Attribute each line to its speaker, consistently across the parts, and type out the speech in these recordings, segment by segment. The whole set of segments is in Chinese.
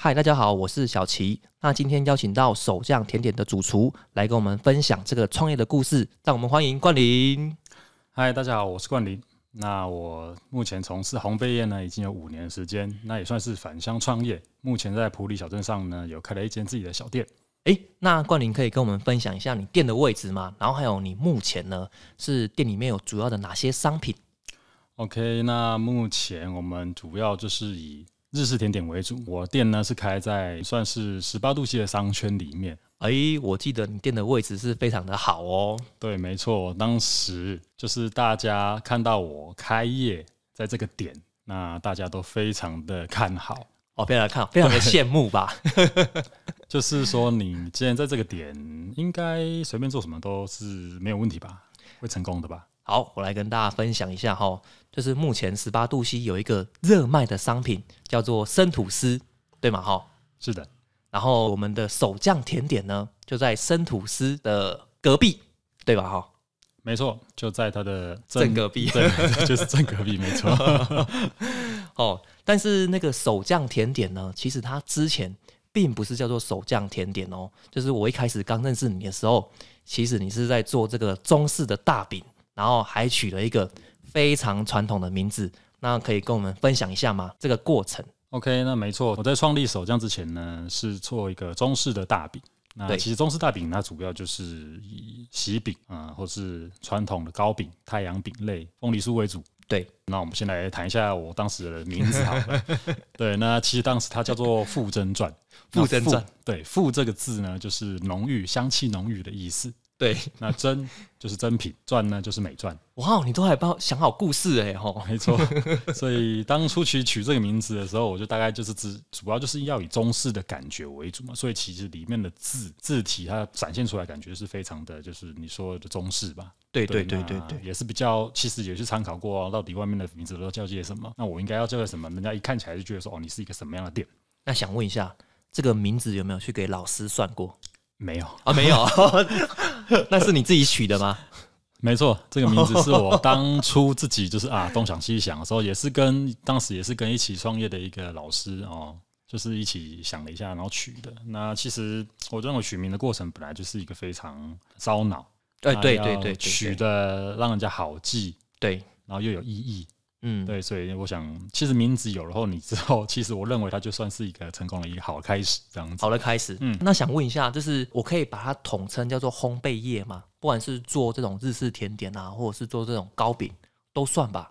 Speaker 1: 嗨，大家好，我是小齐。那今天邀请到手匠甜点的主厨来跟我们分享这个创业的故事，让我们欢迎冠霖。
Speaker 2: 嗨，大家好，我是冠霖。那我目前从事烘焙业呢，已经有五年的时间，那也算是返乡创业。目前在普里小镇上呢，有开了一间自己的小店。
Speaker 1: 诶，那冠霖可以跟我们分享一下你店的位置吗？然后还有你目前呢是店里面有主要的哪些商品？
Speaker 2: OK，那目前我们主要就是以日式甜点为主。我店呢是开在算是十八度 C 的商圈里面。
Speaker 1: 诶，我记得你店的位置是非常的好哦。
Speaker 2: 对，没错，当时就是大家看到我开业在这个点，那大家都非常的看好。
Speaker 1: 哦，非常的看，非常的羡慕吧？
Speaker 2: 就是说，你既然在这个点，应该随便做什么都是没有问题吧？会成功的吧？
Speaker 1: 好，我来跟大家分享一下哈，就是目前十八度 C 有一个热卖的商品叫做生吐司，对吗？哈，
Speaker 2: 是的，
Speaker 1: 然后我们的手酱甜点呢，就在生吐司的隔壁，对吧？哈，
Speaker 2: 没错，就在它的
Speaker 1: 正隔壁
Speaker 2: 正 就是正隔壁，没 错。
Speaker 1: 哦，但是那个手酱甜点呢，其实它之前并不是叫做手酱甜点哦，就是我一开始刚认识你的时候，其实你是在做这个中式的大饼，然后还取了一个非常传统的名字，那可以跟我们分享一下吗？这个过程？
Speaker 2: OK，那没错，我在创立手酱之前呢，是做一个中式的大饼。那
Speaker 1: 对
Speaker 2: 其实中式大饼，它主要就是以喜饼啊、呃或是传统的糕饼、太阳饼类、凤梨酥为主。
Speaker 1: 对，
Speaker 2: 那我们先来谈一下我当时的名字好 了。对，那其实当时它叫做《傅真传》。
Speaker 1: 傅真传
Speaker 2: 那傅，对“傅”这个字呢，就是浓郁、香气浓郁的意思。
Speaker 1: 对，
Speaker 2: 那真就是真品，传呢就是美传，
Speaker 1: 哇，你都还帮我想好故事哎吼，
Speaker 2: 没错。所以当初其实取这个名字的时候，我就大概就是只主要就是要以中式的感觉为主嘛，所以其实里面的字字体它展现出来感觉是非常的，就是你说的中式吧。
Speaker 1: 对对对对
Speaker 2: 那
Speaker 1: 对，
Speaker 2: 也是比较，其实也去参考过、啊到底外面的名字都叫些什么，那我应该要叫些什么，人家一看起来就觉得说，哦，你是一个什么样的店？
Speaker 1: 那想问一下，这个名字有没有去给老师算过
Speaker 2: 没有，
Speaker 1: 啊？没有， 那是你自己取的吗？
Speaker 2: 没错，这个名字是我当初自己就是 啊东想西想的时候，也是跟当时也是跟一起创业的一个老师哦，就是一起想了一下，然后取的。那其实我认为取名的过程本来就是一个非常烧脑，
Speaker 1: 对呃
Speaker 2: 那
Speaker 1: 哎对
Speaker 2: 要
Speaker 1: 对对，对
Speaker 2: 取的让人家好记，
Speaker 1: 对，
Speaker 2: 然后又有意义。
Speaker 1: 嗯，
Speaker 2: 对，所以我想，其实名字有了后，你之后其实我认为它就算是一个成功的一个好开始，这样子。
Speaker 1: 好了，开始。嗯
Speaker 2: 嗯，
Speaker 1: 那想问一下，就是我可以把它统称叫做烘焙业吗？不管是做这种日式甜点啊，或者是做这种糕饼，都算吧。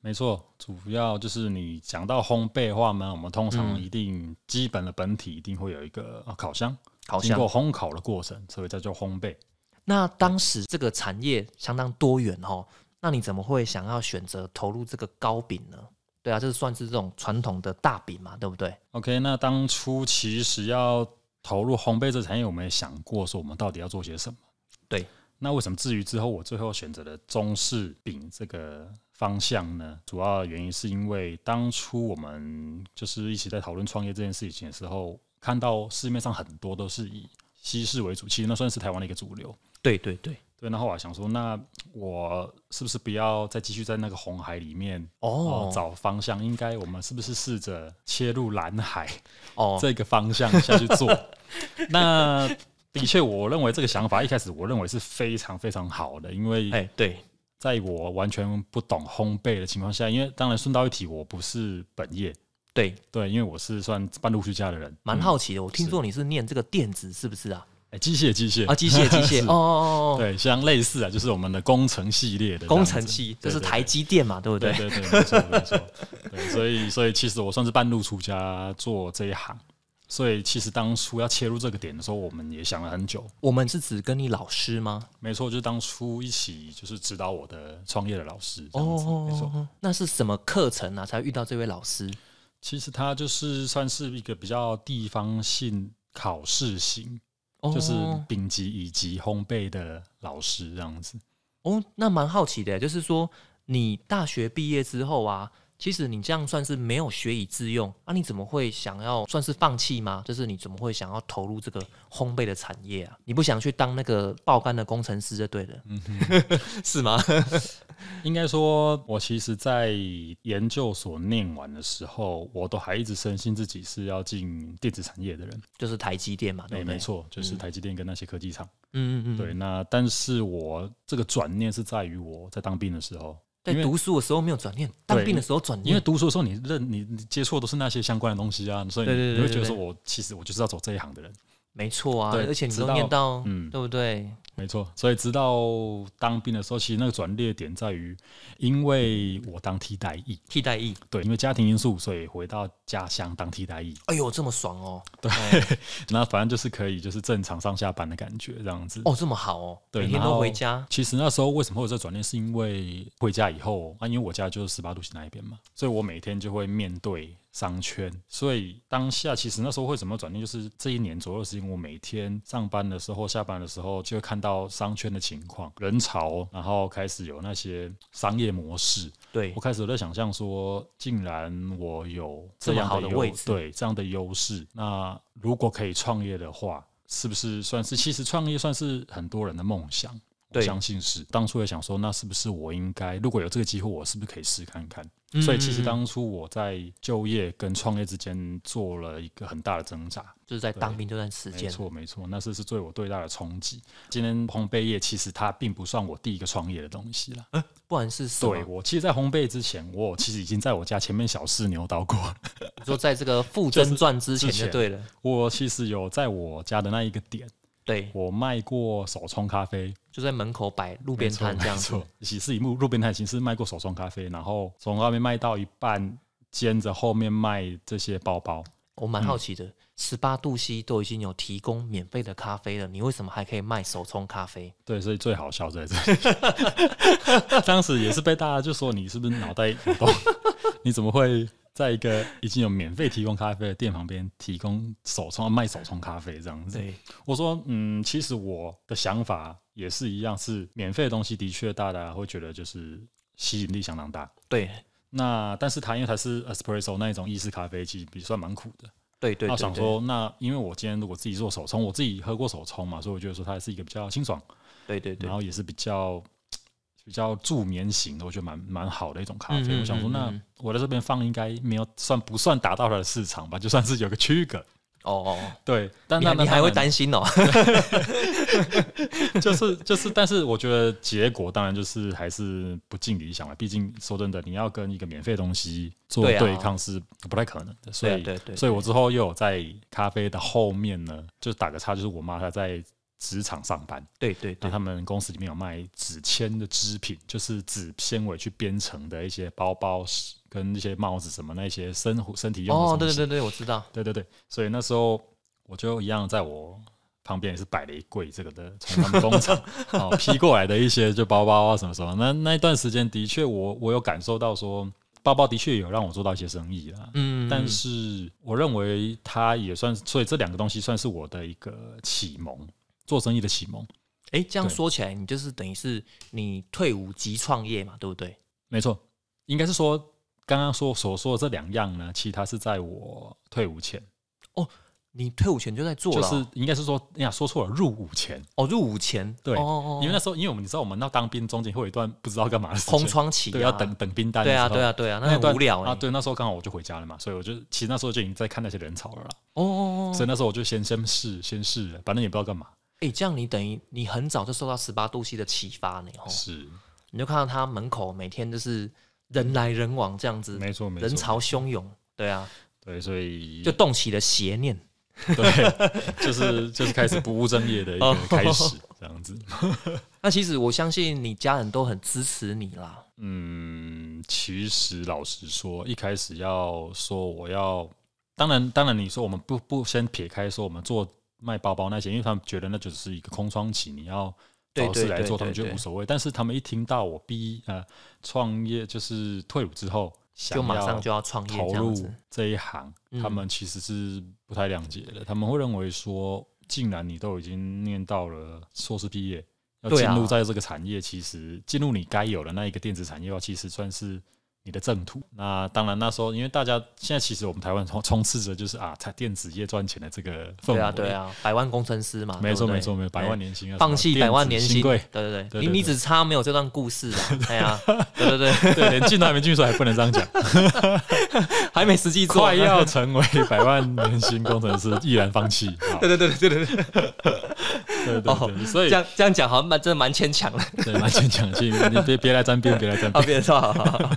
Speaker 2: 没错，主要就是你讲到烘焙的话呢，我们通常一定基本的本体一定会有一个呃烤箱，
Speaker 1: 好
Speaker 2: 经
Speaker 1: 像
Speaker 2: 过烘烤的过程，所以叫做烘焙。
Speaker 1: 那当时这个产业相当多元哦，那你怎么会想要选择投入这个糕饼呢？对啊，这算是这种传统的大饼嘛，对不对？
Speaker 2: OK，那当初其实要投入烘焙这产业，我们也想过说我们到底要做些什么。
Speaker 1: 对，
Speaker 2: 那为什么至于之后我最后选择了中式饼这个方向呢？主要的原因是因为当初我们就是一起在讨论创业这件事情的时候，看到市面上很多都是以西式为主，其实那算是台湾的一个主流。
Speaker 1: 对对对。
Speaker 2: 对，那后来想说，那我是不是不要再继续在那个红海里面
Speaker 1: 哦
Speaker 2: 哦找方向？应该我们是不是试着切入蓝海
Speaker 1: 哦，
Speaker 2: 这个方向下去做？ 那的确，我认为这个想法一开始我认为是非常非常好的，因为
Speaker 1: 哎，对，
Speaker 2: 在我完全不懂烘焙的情况下，因为当然顺道一提，我不是本业，
Speaker 1: 对，
Speaker 2: 对，因为我是算半路出家的人，
Speaker 1: 蛮
Speaker 2: 嗯
Speaker 1: 好奇的。我听
Speaker 2: 是
Speaker 1: 说你是念这个电子，是不是啊？
Speaker 2: 哎，机械机械
Speaker 1: 啊，机械，机械。
Speaker 2: 是
Speaker 1: 哦哦哦哦，
Speaker 2: 对，像类似啊，就是我们的工程系列的这样
Speaker 1: 工
Speaker 2: 子
Speaker 1: 程系，这
Speaker 2: 对
Speaker 1: 是
Speaker 2: 对
Speaker 1: 台积电嘛，对不
Speaker 2: 对
Speaker 1: 对？
Speaker 2: 对对，没错没错。对，所以所以其实我算是半路出家做这一行，所以其实当初要切入这个点的时候，我们也想了很久。
Speaker 1: 我们是指跟你老师吗？
Speaker 2: 没错，就是当初一起就是指导我的创业的老师这样子，没错。
Speaker 1: 哦，那是什么课程啊？才遇到这位老师？
Speaker 2: 其实他就是算是一个比较地方性考试型，
Speaker 1: 哦
Speaker 2: 就是丙级以及烘焙的老师这样子。
Speaker 1: 哦，那蛮好奇的，就是说你大学毕业之后啊，其实你这样算是没有学以致用啊！你怎么会想要算是放弃吗？就是你怎么会想要投入这个烘焙的产业啊？你不想去当那个爆肝的工程师就对了，嗯 是吗？
Speaker 2: 应该说，我其实，在研究所念完的时候，我都还一直深信自己是要进电子产业的人。
Speaker 1: 就是台积电嘛，对
Speaker 2: 对，
Speaker 1: 不对？
Speaker 2: 没错，就是台积电跟那些科技厂。
Speaker 1: 嗯嗯嗯嗯，
Speaker 2: 对，那但是我这个转念是在于我在当兵的时候，因
Speaker 1: 在
Speaker 2: 为
Speaker 1: 读书的时候没有转念，当兵的时候转
Speaker 2: 因为
Speaker 1: 念，
Speaker 2: 读书的时候你认你你接触的都是那些相关的东西啊，所以
Speaker 1: 对对对
Speaker 2: 你会觉得
Speaker 1: 对
Speaker 2: 说
Speaker 1: 对
Speaker 2: 我其实我就是要走这一行的人。
Speaker 1: 没错啊。
Speaker 2: 对
Speaker 1: 而且你
Speaker 2: 直
Speaker 1: 都
Speaker 2: 到
Speaker 1: 念到，
Speaker 2: 嗯
Speaker 1: 对不对？
Speaker 2: 没错，所以直到当兵的时候，其实那个转捩点在于，因为我当替代役，
Speaker 1: 替代役，
Speaker 2: 对，因为家庭因素，所以回到家乡当替代役。
Speaker 1: 哎呦，这么爽哦，
Speaker 2: 嗯那反正就是可以，就是正常上下班的感觉这样子。
Speaker 1: 哦，这么好哦，
Speaker 2: 对
Speaker 1: 每天
Speaker 2: 然
Speaker 1: 都
Speaker 2: 后
Speaker 1: 回家，
Speaker 2: 其实那时候为什么会有这转念，是因为回家以后啊，因为我家就是十八度线那一边嘛，所以我每天就会面对商圈。所以当下其实那时候会怎么转念，就是这一年左右的时间，我每天上班的时候、下班的时候就会看到商圈的情况、人潮，然后开始有那些商业模式。
Speaker 1: 对
Speaker 2: 我，开始有在想象说，竟然我有
Speaker 1: 这
Speaker 2: 这
Speaker 1: 么
Speaker 2: 样
Speaker 1: 好的
Speaker 2: 优
Speaker 1: 位置
Speaker 2: 对这样的优势，那如果可以创业的话，是不是算是？其实创业算是很多人的梦想，我
Speaker 1: 对
Speaker 2: 相信是。当初也想说，那是不是我应该，如果有这个机会，我是不是可以试看看？
Speaker 1: 嗯
Speaker 2: 所以其实
Speaker 1: 嗯嗯
Speaker 2: 当初我在就业跟创业之间做了一个很大的挣扎。
Speaker 1: 就是在
Speaker 2: 对
Speaker 1: 当兵这段时
Speaker 2: 没
Speaker 1: 间，
Speaker 2: 错，没错，那是是对我最大的冲击。今天烘焙业其实它并不算我第一个创业的东西啦。
Speaker 1: 不然是什么
Speaker 2: 对？我，其实，在烘焙之前，我其实已经在我家前面小试牛刀过。
Speaker 1: 你说在这个负增赚之前
Speaker 2: 之前
Speaker 1: 就对了，
Speaker 2: 我其实有在我家的那一个点，
Speaker 1: 对，
Speaker 2: 我卖过手冲咖啡，
Speaker 1: 就在门口摆路
Speaker 2: 路
Speaker 1: 边摊这样子，
Speaker 2: 错，其实以路路边摊形式卖过手冲咖啡，然后手冲咖啡卖到一半，兼着后面卖这些包包。
Speaker 1: 我
Speaker 2: 嗯
Speaker 1: 蛮好奇的，十八度 C 都已经有提供免费的咖啡了，你为什么还可以卖手冲咖啡？
Speaker 2: 对，所以最好笑在这里。 当时也是被大家就说你是不是脑袋有 洞？你怎么会在一个已经有免费提供咖啡的店旁边提供手冲卖手冲咖啡这样子？
Speaker 1: 对，
Speaker 2: 我说，嗯，其实我的想法也是一样，是免费的东西的确大家会觉得就是吸引力相当大。
Speaker 1: 对，
Speaker 2: 那但是它因为它是 espresso 那一种意式咖啡，其实比算蛮苦的。
Speaker 1: 对对对
Speaker 2: 那我想
Speaker 1: 对，
Speaker 2: 说，那因为我今天如果自己做手冲，我自己喝过手冲嘛，所以我觉得说它是一个比较清爽，
Speaker 1: 对对对哦
Speaker 2: 然，后也是比较比较助眠型的，我觉得蛮蛮好的一种咖啡。
Speaker 1: 嗯嗯
Speaker 2: 我想说，
Speaker 1: 嗯
Speaker 2: 那
Speaker 1: 嗯
Speaker 2: 我在这边放应该没有算不算达到它的市场吧，就算是有个区隔。
Speaker 1: 哦哦哦，
Speaker 2: 对，但
Speaker 1: 你
Speaker 2: 那
Speaker 1: 还你还会
Speaker 2: 担。
Speaker 1: 担心哦？
Speaker 2: 就是就是，但是我觉得结果当然就是还是不尽理想了。毕竟说真的，你要跟一个免费东西做
Speaker 1: 对啊
Speaker 2: 对抗是不太可能的。所以，
Speaker 1: 对啊对对
Speaker 2: 所以我之后又有在咖啡的后面呢，就是打个叉，就是我妈她在职场上班，
Speaker 1: 对对
Speaker 2: 那
Speaker 1: 对，
Speaker 2: 他们公司里面有卖纸签的织品，就是纸纤维去编成的一些包包跟一些帽子什么那些身身体用的
Speaker 1: 哦，
Speaker 2: 东
Speaker 1: 对
Speaker 2: 西
Speaker 1: 对对对，我知道，
Speaker 2: 对对对，所以那时候我就一样在我旁边也是摆了一柜这个的，从他们 工厂哦批过来的一些就包包啊什么什么。那那一段时间的确我，我有感受到说，包包的确有让我做到一些生意啦。
Speaker 1: 嗯，
Speaker 2: 但是我认为它也算，所以这两个东西算是我的一个启蒙，做生意的启蒙。
Speaker 1: 哎，这样
Speaker 2: 对
Speaker 1: 说起来，你就是等于是你退伍即创业嘛，对不对？
Speaker 2: 没错，应该是说刚刚说所说的这两样呢，其实它是在我退伍前，
Speaker 1: 你退伍前就在做
Speaker 2: 就
Speaker 1: 了哦，
Speaker 2: 是应该是说，哎呀说错了，入伍前。
Speaker 1: 哦，入伍前，
Speaker 2: 对
Speaker 1: 哦哦，
Speaker 2: 因
Speaker 1: 哦
Speaker 2: 为那时候，因为我们你知道，我们到当兵中间会有一段不知道干嘛的时间
Speaker 1: 空，窗期，
Speaker 2: 对，要等，等兵单的
Speaker 1: 啊对啊
Speaker 2: 时候。
Speaker 1: 对啊对啊，那很
Speaker 2: 段
Speaker 1: 无聊哎
Speaker 2: 啊！，对，那时候刚好我就回家了嘛，所以我就其实那时候就已经在看那些人潮了啦。
Speaker 1: 哦哦哦
Speaker 2: 所以
Speaker 1: 哦，
Speaker 2: 那时候我就先先试先试了，反正也不知道干嘛。
Speaker 1: 哎，这样你等于你很早就受到十八度 C 的启发呢，哦，
Speaker 2: 是，
Speaker 1: 你就看到他门口每天就是人来人往这样子，
Speaker 2: 没错没错。
Speaker 1: 人潮汹涌，对啊，
Speaker 2: 对，所以
Speaker 1: 就动起了邪念。
Speaker 2: 对， 就是就是开始不务正业 的一
Speaker 1: 哦
Speaker 2: 个开始，这样子。
Speaker 1: 那其实我相信你家人都很支持你啦，
Speaker 2: 嗯，其实老实说，一开始要说我要，当然，当然，你说我们不不先撇开说我们做卖包包那些，因为他们觉得那只是一个空窗期，你要
Speaker 1: 对
Speaker 2: 找事
Speaker 1: 对
Speaker 2: 来
Speaker 1: 对
Speaker 2: 做，他
Speaker 1: 对
Speaker 2: 们觉得
Speaker 1: 对
Speaker 2: 无所谓。但是他们一听到我毕呃创业就是退伍之后，想
Speaker 1: 就马上
Speaker 2: 要
Speaker 1: 就要创业
Speaker 2: 投
Speaker 1: 这样
Speaker 2: 入
Speaker 1: 子。
Speaker 2: 这一行，他
Speaker 1: 嗯
Speaker 2: 们其实是不太谅解的。他们会认为说，竟然你都已经念到了硕士毕业，要
Speaker 1: 对
Speaker 2: 进
Speaker 1: 啊
Speaker 2: 入在这个产业，其实进入你该有的那一个电子产业的话，其实算是你的正途。那当然那时候因为大家现在其实我们台湾充充斥着就是啊，在电子业赚钱的这个氛围。
Speaker 1: 对啊，对啊，百万工程师嘛，
Speaker 2: 没
Speaker 1: 对
Speaker 2: 错
Speaker 1: 不对
Speaker 2: 没错没错，百万
Speaker 1: 哎
Speaker 2: 年薪啊，
Speaker 1: 放弃
Speaker 2: 什么
Speaker 1: 百万
Speaker 2: 电
Speaker 1: 年
Speaker 2: 子
Speaker 1: 薪，
Speaker 2: 新贵
Speaker 1: 对对
Speaker 2: 对
Speaker 1: 对，你
Speaker 2: 对
Speaker 1: 你
Speaker 2: 对
Speaker 1: 只差没有这段故事啊， 哎呀，对对对，
Speaker 2: 对，连进都还没进去，所以还不能这样讲。
Speaker 1: 还没实际做，
Speaker 2: 快要成为百万年薪工程师， 毅然放弃。好
Speaker 1: 对，对对对对对对，
Speaker 2: 对对对，
Speaker 1: 哦
Speaker 2: 所
Speaker 1: 这
Speaker 2: 以
Speaker 1: 样这样讲好像蛮真的蛮牵强 的，
Speaker 2: 对蛮坚强性，你别别来沾边，别来沾
Speaker 1: 啊，
Speaker 2: 边。
Speaker 1: 别说 好好好，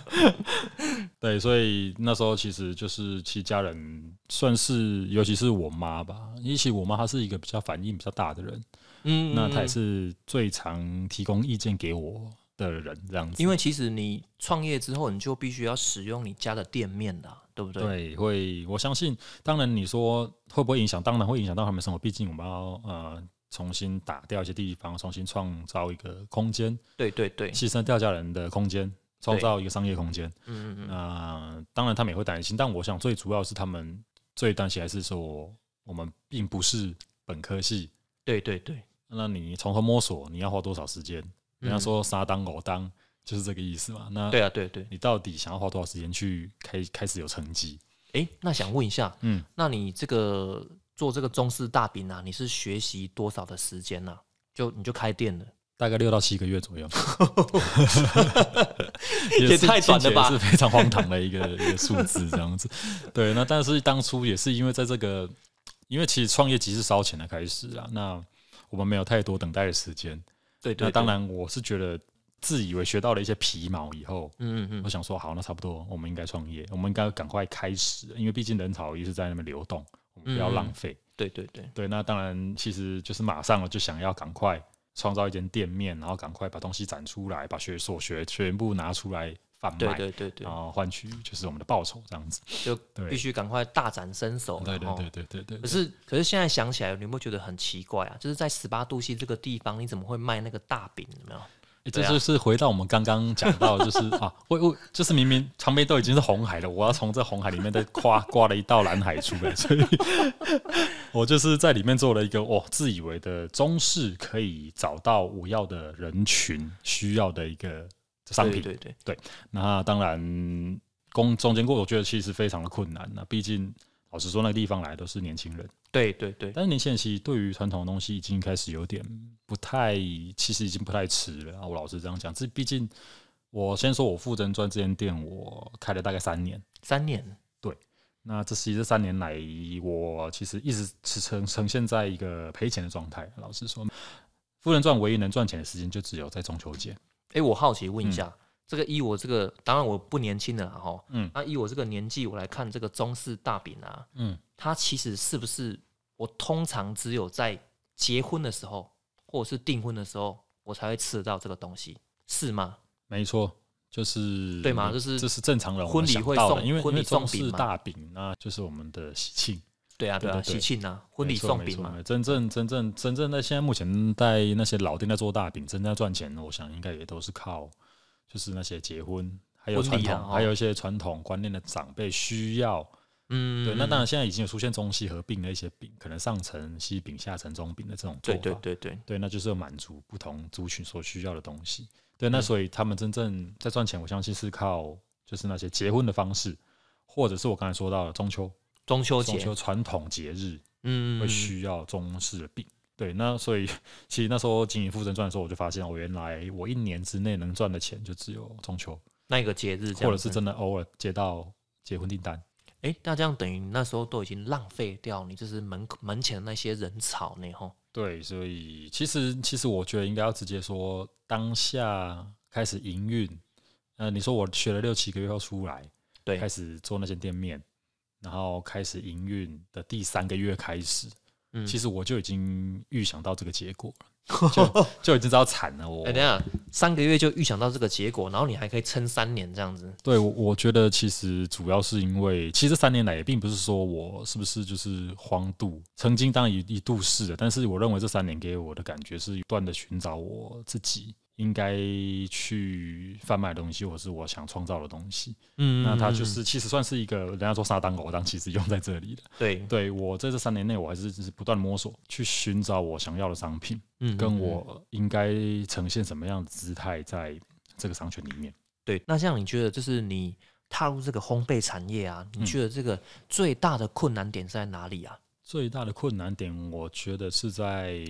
Speaker 2: 对，所以那时候其实就是其实家人算是，尤其是我妈吧，因为其实我妈她是一个比较反应比较大的人，
Speaker 1: 嗯，
Speaker 2: 那她也
Speaker 1: 嗯
Speaker 2: 是最常提供意见给我的人，这样子。
Speaker 1: 因为其实你创业之后，你就必须要使用你家的店面啦，对不对？
Speaker 2: 对，会，我相信，当然你说会不会影响，当然会影响到他们生活，毕竟我们要呃重新打掉一些地方，重新创造一个空间，
Speaker 1: 对对对，
Speaker 2: 牺牲掉家人的空间，创
Speaker 1: 对
Speaker 2: 造一个商业空间。
Speaker 1: 嗯嗯
Speaker 2: 那、
Speaker 1: 嗯，
Speaker 2: 当然他们也会担心，但我想最主要是他们最担心还是说我们并不是本科系，
Speaker 1: 对对对，
Speaker 2: 那你从头摸索，你要花多少时间？人家
Speaker 1: 嗯
Speaker 2: 说沙当偶当就是这个意思嘛。那
Speaker 1: 对啊对对，
Speaker 2: 你到底想要花多少时间去开开始有成绩？
Speaker 1: 诶，那想问一下，
Speaker 2: 嗯。
Speaker 1: 那你这个做这个中式大饼啊，你是学习多少的时间呢、啊？就你就开店了，
Speaker 2: 大概六到七个月 左右，
Speaker 1: 也
Speaker 2: 是
Speaker 1: 太短了吧
Speaker 2: 听起来是非常荒唐的一个 一个数字这样子。对，那但是当初也是因为在这个，因为其实创业即是烧钱的开始啊，那我们没有太多等待的时间。
Speaker 1: 对
Speaker 2: 那当，然，我是觉得自以为学到了一些皮毛以后，
Speaker 1: 嗯嗯
Speaker 2: 我
Speaker 1: 嗯，
Speaker 2: 想说，好，那差不多，我们应该创业，我们应该赶快开始，因为毕竟人潮一直在那边流动，我们不要
Speaker 1: 嗯
Speaker 2: 浪费。
Speaker 1: 对对对，
Speaker 2: 对，那当然其实就是马上我就想要赶快创造一间店面，然后赶快把东西展出来，把学所学全部拿出来贩卖，
Speaker 1: 对对对对
Speaker 2: 然，后换取就是我们的报酬这样子。
Speaker 1: 就
Speaker 2: 哦对
Speaker 1: 必须赶快大展身手啦，
Speaker 2: 对对
Speaker 1: 吼
Speaker 2: 对对对对
Speaker 1: 可
Speaker 2: 对。
Speaker 1: 是，可是现在想起来，你有没有觉得很奇怪啊？就是在十八度 C 这个地方，你怎么会卖那个大饼？有没有？
Speaker 2: 诶
Speaker 1: 对
Speaker 2: 这
Speaker 1: 啊
Speaker 2: 就是回到我们刚刚讲到，就是 啊，我我就是明明旁边都已经是红海了，我要从这红海里面再刮刮了一道蓝海出来，所以我就是在里面做了一个哦，自以为的中式可以找到我要的人群需要的一个商品。
Speaker 1: 对对对，
Speaker 2: 那当然，中中间过我觉得其实非常的困难那、毕竟老实说，那个地方来都是年轻人，
Speaker 1: 对对对，
Speaker 2: 但是年轻人其实对于传统的东西已经开始有点不太，其实已经不太吃了啊。我老实这样讲，这毕竟我先说我富珍专这间店，我开了大概三年。
Speaker 1: 三年，
Speaker 2: 那这其实这三年来，我其实一直是呈呈现在一个赔钱的状态。老实说，富人赚唯一能赚钱的时间就只有在中秋节。
Speaker 1: 哎，我好奇问一下，这个依我这个，当然我不年轻了哈，吼
Speaker 2: 嗯
Speaker 1: 那依我这个年纪，我来看这个中式大饼啊，
Speaker 2: 嗯，
Speaker 1: 它其实是不是我通常只有在结婚的时候，或者是订婚的时候，我才会吃得到这个东西，是吗？
Speaker 2: 没错，就是
Speaker 1: 对嘛就是
Speaker 2: 这是正常人我们
Speaker 1: 婚礼
Speaker 2: 想
Speaker 1: 会
Speaker 2: 到的
Speaker 1: 送
Speaker 2: 因为
Speaker 1: 婚
Speaker 2: 因为
Speaker 1: 礼送
Speaker 2: 中式
Speaker 1: 饼嘛
Speaker 2: 大饼那就是我们的喜庆，
Speaker 1: 对啊，对啊，
Speaker 2: 对对对
Speaker 1: 喜庆啊，婚礼
Speaker 2: 没错
Speaker 1: 送
Speaker 2: 没
Speaker 1: 饼
Speaker 2: 错
Speaker 1: 嘛，
Speaker 2: 真正真正真正在现在目前在那些老店在做大饼，真正在赚钱，我想应该也都是靠就是那些结婚。还有
Speaker 1: 婚
Speaker 2: 传
Speaker 1: 礼啊
Speaker 2: 统，
Speaker 1: 哦
Speaker 2: 还有一些传统观念的长辈需要，
Speaker 1: 嗯，
Speaker 2: 对，那当然现在已经有出现中西合并的一些饼，可能上层西饼、下层中饼的这种做
Speaker 1: 对
Speaker 2: 法，
Speaker 1: 对对对，
Speaker 2: 对，那就是要满足不同族群所需要的东西。对，
Speaker 1: 嗯
Speaker 2: 那所以他们真正在赚钱，我相信是靠就是那些结婚的方式，或者是我刚才说到的中秋，
Speaker 1: 中秋
Speaker 2: 中
Speaker 1: 节，
Speaker 2: 秋传统节日
Speaker 1: 嗯，
Speaker 2: 会需要中式的饼。对，那所以其实那时候经营富正传的时候，我就发现我哦原来我一年之内能赚的钱就只有中秋，
Speaker 1: 那个节日这样子，
Speaker 2: 或者是真的偶尔接到结婚订单。
Speaker 1: 哎，那这样等于那时候都已经浪费掉你就是门口门前的那些人潮呢， 吼，
Speaker 2: 对，所以其实其实我觉得应该要直接说当下开始营运。呃，你说我学了六七个月后出来，
Speaker 1: 对
Speaker 2: 开始做那间店面，然后开始营运的第三个月开始，
Speaker 1: 嗯
Speaker 2: 其实我就已经预想到这个结果了，就就已经知道惨了。我
Speaker 1: 哎，等一下三个月就预想到这个结果，然后你还可以撑三年这样子，
Speaker 2: 对我我觉得其实主要是因为，其实三年来也并不是说我是不是就是荒度，曾经当然一一度是的，但是我认为这三年给我的感觉是不断的寻找我自己应该去贩卖的东西，或是我想创造的东西。
Speaker 1: 嗯
Speaker 2: 那它就
Speaker 1: 嗯
Speaker 2: 是其实算是一个人家说撒当狗当，其实用在这里的。
Speaker 1: 嗯对，
Speaker 2: 对我在这三年内，我还是只是不断地摸索，去寻找我想要的商品，
Speaker 1: 嗯
Speaker 2: 跟我应该呈现什么样的姿态在这个商圈里面。
Speaker 1: 对，那像你觉得就是你踏入这个烘焙产业啊，你
Speaker 2: 嗯
Speaker 1: 觉得这个最大的困难点是在哪里啊？
Speaker 2: 最大的困难点，我觉得是在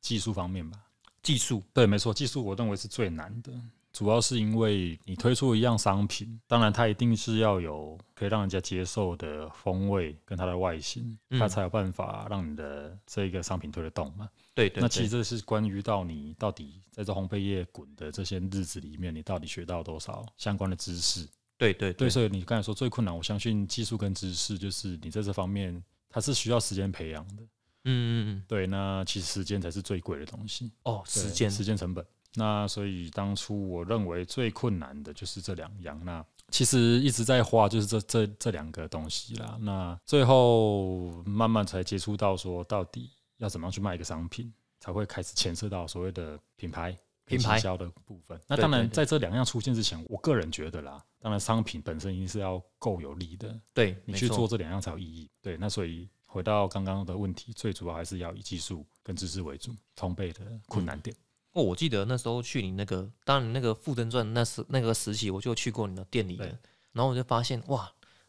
Speaker 2: 技术方面吧。
Speaker 1: 技术，
Speaker 2: 对，没错，技术我认为是最难的，主要是因为你推出一样商品，当然它一定是要有可以让人家接受的风味跟它的外形，
Speaker 1: 嗯
Speaker 2: 它才有办法让你的这个商品推得动嘛。
Speaker 1: 对对
Speaker 2: 那其
Speaker 1: 对
Speaker 2: 实这是关于到你到底在这烘焙业滚的这些日子里面，你到底学到多少相关的知识？
Speaker 1: 对对
Speaker 2: 对，所以你刚才说最困难，我相信技术跟知识就是你在这方面它是需要时间培养的。
Speaker 1: 嗯嗯嗯，
Speaker 2: 对，那其实时间才是最贵的东西。
Speaker 1: 哦，
Speaker 2: 对
Speaker 1: 时间，
Speaker 2: 时间成本。那所以当初我认为最困难的就是这两样。那其实一直在花就是这这这两个东西啦。那最后慢慢才接触到说到底要怎么样去卖一个商品，才会开始牵涉到所谓的品牌。
Speaker 1: 品牌
Speaker 2: 销的部分，那
Speaker 1: 对
Speaker 2: 当然，
Speaker 1: 对对
Speaker 2: 在这两样出现之前，我个人觉得啦，当然商品本身一定是要够有力的，
Speaker 1: 对，
Speaker 2: 你
Speaker 1: 没
Speaker 2: 去
Speaker 1: 错
Speaker 2: 做，这两样才有意义。对，那所以回到刚刚的问题，最主要还是要以技术跟知识为主，烘焙的困难点。
Speaker 1: 哦，我记得那时候去你那个，当你那个《富真传》那时那个时期，我就去过你的店里了
Speaker 2: 对，
Speaker 1: 然后我就发现哇，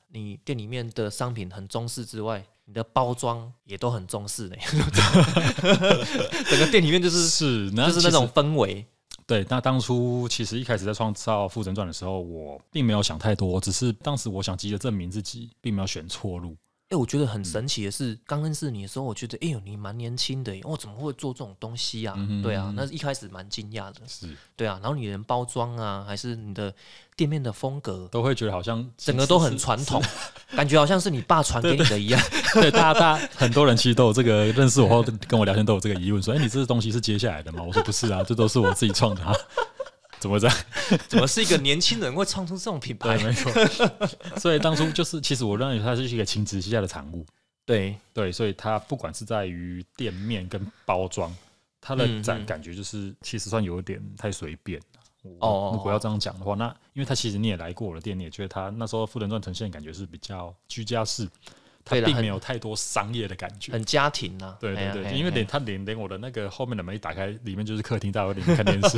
Speaker 1: 你店里面的商品很中式之外，你的包装也都很中式呢， 整个店里面 就是
Speaker 2: 是，那
Speaker 1: 就是
Speaker 2: 其
Speaker 1: 那
Speaker 2: 实
Speaker 1: 种氛围，
Speaker 2: 对。那当初其实一开始在创造《副诊传》的时候，我并没有想太多，只是当时我想急着证明自己，并没有选错路。
Speaker 1: 哎、我觉得
Speaker 2: 嗯
Speaker 1: 很神奇的是，刚认识你的时候，我觉得，哎呦，你蛮年轻的耶，哦，怎么会做这种东西啊？
Speaker 2: 嗯哼
Speaker 1: 对啊
Speaker 2: 嗯，哼
Speaker 1: 那一开始蛮惊讶的，
Speaker 2: 是，
Speaker 1: 对啊。然后你连包装啊，还是你的店面的风格，
Speaker 2: 都会觉得好像
Speaker 1: 整个都很传统，感觉好像是你爸传给你的一样。
Speaker 2: 对，大家大家很多人其实都有这个认识我后跟我聊天都有这个疑问，说：“哎、你这东西是接下来的吗？”我说：“不是啊，这都是我自己创的、啊。” 怎么会这样？
Speaker 1: 怎么是一个年轻人会创出这种品
Speaker 2: 对，
Speaker 1: 牌？
Speaker 2: 没错。所以当初就是，其实我认为它是一个情之下的产物。
Speaker 1: 对，
Speaker 2: 对，所以它不管是在于店面跟包装，它的
Speaker 1: 嗯
Speaker 2: 展
Speaker 1: 嗯
Speaker 2: 感觉就是其实算有点太随便了。
Speaker 1: 哦
Speaker 2: 我如果要这样讲的话，那因为它其实你也来过我的店，你也觉得它那时候《富人传》呈现的感觉是比较居家式，它
Speaker 1: 对啦
Speaker 2: 并
Speaker 1: 很
Speaker 2: 没有太多商业的感觉。
Speaker 1: 很家庭呐、啊。
Speaker 2: 对
Speaker 1: 哎
Speaker 2: 对
Speaker 1: 呀
Speaker 2: 对，
Speaker 1: 哎
Speaker 2: 就
Speaker 1: 呀
Speaker 2: 因为连它连连我的那个后面的门一打开，里面就是客厅，大家会里面 看电视，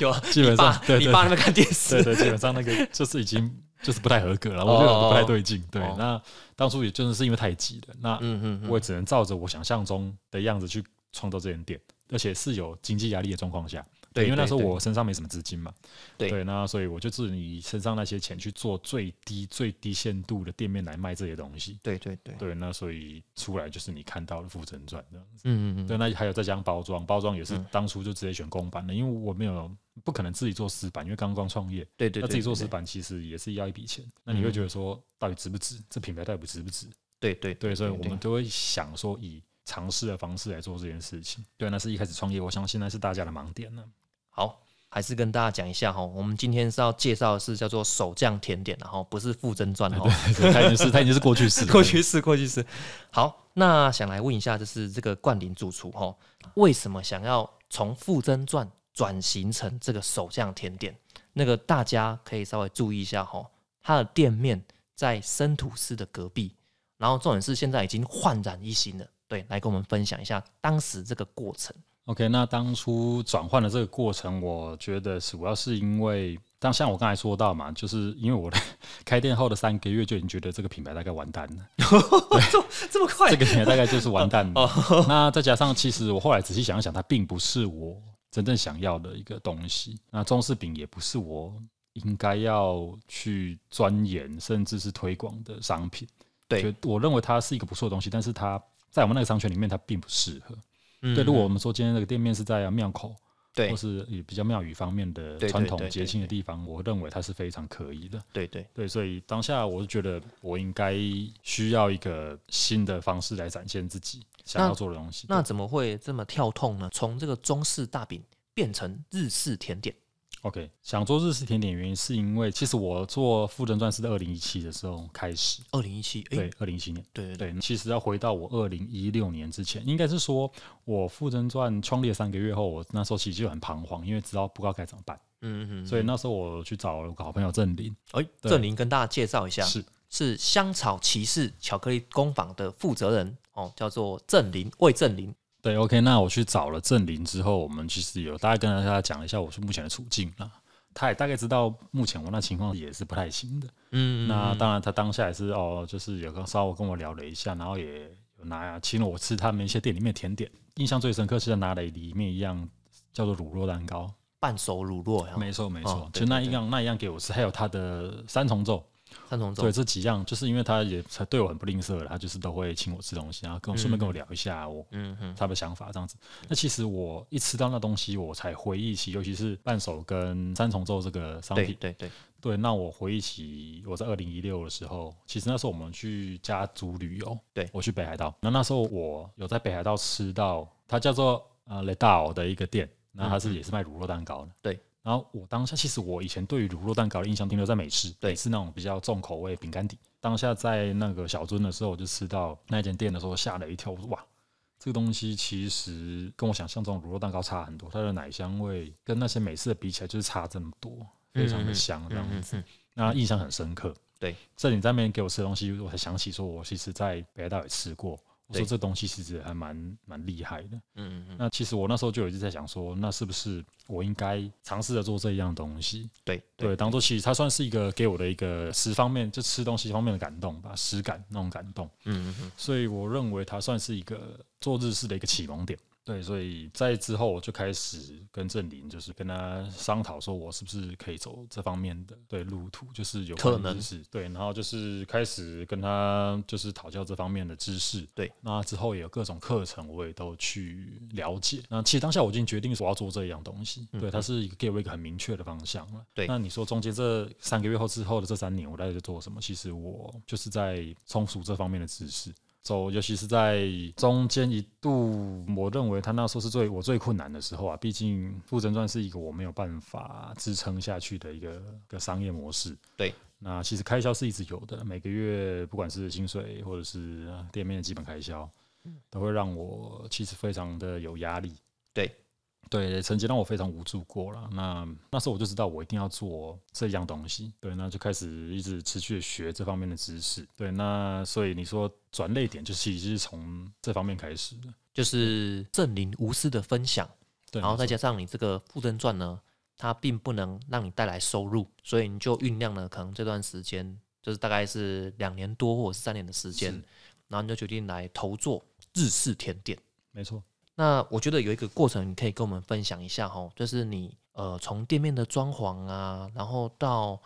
Speaker 1: 有啊
Speaker 2: 基本
Speaker 1: 你爸
Speaker 2: 上 对
Speaker 1: 你
Speaker 2: 对
Speaker 1: 爸那边看电视
Speaker 2: 对，对，基本上那个就是已经就是不太合格了，我觉得不太对劲。对
Speaker 1: 哦，
Speaker 2: 那当初也真的是因为太急了，那
Speaker 1: 嗯嗯嗯，
Speaker 2: 我也只能照着我想象中的样子去创造这间店，而且是有经济压力的状况下。
Speaker 1: 对
Speaker 2: 因为那时候
Speaker 1: 对对
Speaker 2: 我身上没什么资金嘛，
Speaker 1: 对
Speaker 2: 那所以我就是以身上那些钱去做最低最低限度的店面来卖这些东西。
Speaker 1: 对对对，
Speaker 2: 对，那所以出来就是你看到的《富真传》这样子。
Speaker 1: 嗯嗯
Speaker 2: 对，
Speaker 1: 嗯，
Speaker 2: 那还有再加上包装，包装也是
Speaker 1: 嗯
Speaker 2: 当初就直接选公版的，因为我没有不可能自己做石板，因为刚刚创业，
Speaker 1: 对对，
Speaker 2: 那自己做
Speaker 1: 对嗯
Speaker 2: 石，板其实也是要一笔钱。那你会觉得说，到底值不值？这品牌到底值不值？
Speaker 1: 对对
Speaker 2: 对，所以我们都会想说以尝试的方式来做这件事情。对，那是一开始创业，我相信那是大家的盲点呢、
Speaker 1: 好，还是跟大家讲一下哈，我们今天是要介绍的是叫做手酱甜点，然后不是附真传哈，
Speaker 2: 对，它已经是它已经是 过去式了，
Speaker 1: 过去式过去式。好，那想来问一下，就是这个冠霖主厨哈，为什么想要从附真传转型成这个手酱甜点？那个大家可以稍微注意一下哈，它的店面在生吐司的隔壁，然后重点是现在已经焕然一新了。对，来跟我们分享一下当时这个过程。
Speaker 2: OK，那当初转换的这个过程，我觉得主要是因为，当像我刚才说到嘛，就是因为我的 开店后的三个月就已经觉得这个品牌大概完蛋了，
Speaker 1: 这么快
Speaker 2: 这个品牌大概就是完蛋
Speaker 1: 哦
Speaker 2: 了。 那再加上，其实我后来仔细想一想，它并不是我真正想要的一个东西。那中式饼也不是我应该要去钻研甚至是推广的商品。
Speaker 1: 对
Speaker 2: 觉得我认为它是一个不错的东西，但是它在我们那个商圈里面，它并不适合。
Speaker 1: 嗯
Speaker 2: 对，如果我们说今天这个店面是在庙口，
Speaker 1: 对
Speaker 2: 或是以比较庙宇方面的
Speaker 1: 对对
Speaker 2: 传
Speaker 1: 对
Speaker 2: 统节
Speaker 1: 对
Speaker 2: 庆的地方，我认为它是非常可以的。
Speaker 1: 对对，
Speaker 2: 对，所以当下我就觉得我应该需要一个新的方式来展现自己想
Speaker 1: 那
Speaker 2: 要做的东西。
Speaker 1: 那怎么会这么跳痛呢？从这个中式大饼变成日式甜点，
Speaker 2: OK，想做日式甜点，原因是因为其实我做富人传是在二零一七的时候开始，
Speaker 1: 二零一七，哎，
Speaker 2: 对，二零一七年。
Speaker 1: 对对对，
Speaker 2: 对，其实要回到我二零一六年之前，应该是说我《富人传》创立了三个月后，我那时候其实就很彷徨，因为知道不知道该怎么办。
Speaker 1: 嗯嗯，
Speaker 2: 所以那时候我去找了我好朋友郑林，
Speaker 1: 哎，
Speaker 2: 对
Speaker 1: 郑林跟大家介绍一下，
Speaker 2: 是
Speaker 1: 是香草骑士巧克力工坊的负责人哦，叫做郑林，魏郑林，
Speaker 2: 对，OK，那我去找了郑林之后，我们其实有大概跟大家讲了一下我是目前的处境啦。他也大概知道目前我那情况也是不太行的。
Speaker 1: 嗯，
Speaker 2: 那当然，他当下也是哦，就是有个稍微跟我聊了一下，然后也有拿请我吃他们一些店里面的甜点。印象最深刻是他拿了里面一样叫做乳酪蛋糕，
Speaker 1: 半熟乳酪呀，
Speaker 2: 没错没错
Speaker 1: 哦，对
Speaker 2: 就那
Speaker 1: 对
Speaker 2: 一样那一样给我吃，还有他的三重奏，
Speaker 1: 三重奏
Speaker 2: 对，这几样，就是因为他也才对我很不吝啬，他就是都会请我吃东西，然后跟我顺便跟我聊一下我
Speaker 1: 嗯哼，
Speaker 2: 他的想法这样子。那其实我一吃到那东西，我才回忆起，尤其是半手跟三重奏这个商
Speaker 1: 对
Speaker 2: 品。
Speaker 1: 对对，
Speaker 2: 对，那我回忆起我在二零一六的时候，其实那时候我们去家族旅游，
Speaker 1: 对
Speaker 2: 我去北海道。那那时候我有在北海道吃到，它叫做呃雷道的一个店，那它是也是卖乳酪蛋糕的。
Speaker 1: 嗯对。
Speaker 2: 然后我当下其实我以前对于乳酪蛋糕的印象停留在美式，
Speaker 1: 对
Speaker 2: 美式那种比较重口味饼干底。当下在那个小樽的时候，我就吃到那间店的时候，吓了一跳，我说哇，这个东西其实跟我想象中的乳酪蛋糕差很多，它的奶香味跟那些美式的比起来，就是差这么多，非常的香这样子。
Speaker 1: 嗯嗯，
Speaker 2: 那印象很深刻。
Speaker 1: 对，
Speaker 2: 这你在那边给我吃的东西，我才想起说，我其实在北海道也吃过。我
Speaker 1: 对
Speaker 2: 说这东西其实还蛮蛮厉害的。
Speaker 1: 嗯嗯嗯，
Speaker 2: 那其实我那时候就有一直在想说，那是不是我应该尝试着做这一样东西？
Speaker 1: 对
Speaker 2: 对，当做其实它算是一个给我的一个食方面，就吃东西方面的感动吧，食感那种感动。
Speaker 1: 嗯嗯嗯，
Speaker 2: 所以我认为它算是一个做日式的一个启蒙点。对，所以在之后我就开始跟郑林，就是跟他商讨，说我是不是可以走这方面的对路途，就是有
Speaker 1: 可
Speaker 2: 关于
Speaker 1: 能
Speaker 2: 日式对，然后就是开始跟他就是讨教这方面的知识。
Speaker 1: 对，
Speaker 2: 那之后也有各种课程，我也都去了解。那其实当下我已经决定说我要做这样东西，对，它是一个给我一个很明确的方向了。
Speaker 1: 嗯对
Speaker 2: 那你说中间这三个月后之后的这三年，我大概在做什么？其实我就是在充足这方面的知识。走，尤其是在中间一度，我认为他那时候是最我最困难的时候啊。毕竟《傅真传》是一个我没有办法支撑下去的一个一个商业模式。
Speaker 1: 对，
Speaker 2: 那其实开销是一直有的，每个月不管是薪水或者是店面的基本开销，都会让我其实非常的有压力。
Speaker 1: 对，
Speaker 2: 对，曾经让我非常无助过了。那那时候我就知道我一定要做这样东西，对，那就开始一直持续的学这方面的知识。对，那所以你说转类点，就是其实是从这方面开始的。
Speaker 1: 就是正林无私的分享，
Speaker 2: 对，
Speaker 1: 然后再
Speaker 2: 没错
Speaker 1: 加上你这个《富真传》呢，它并不能让你带来收入，所以你就酝酿了可能这段时间，就是大概是两年多或者是三年的时间
Speaker 2: 是，
Speaker 1: 然后你就决定来投做日式甜点。
Speaker 2: 没错。
Speaker 1: 那我觉得有一个过程，你可以跟我们分享一下哈，就是你呃从店面的装潢啊，然后到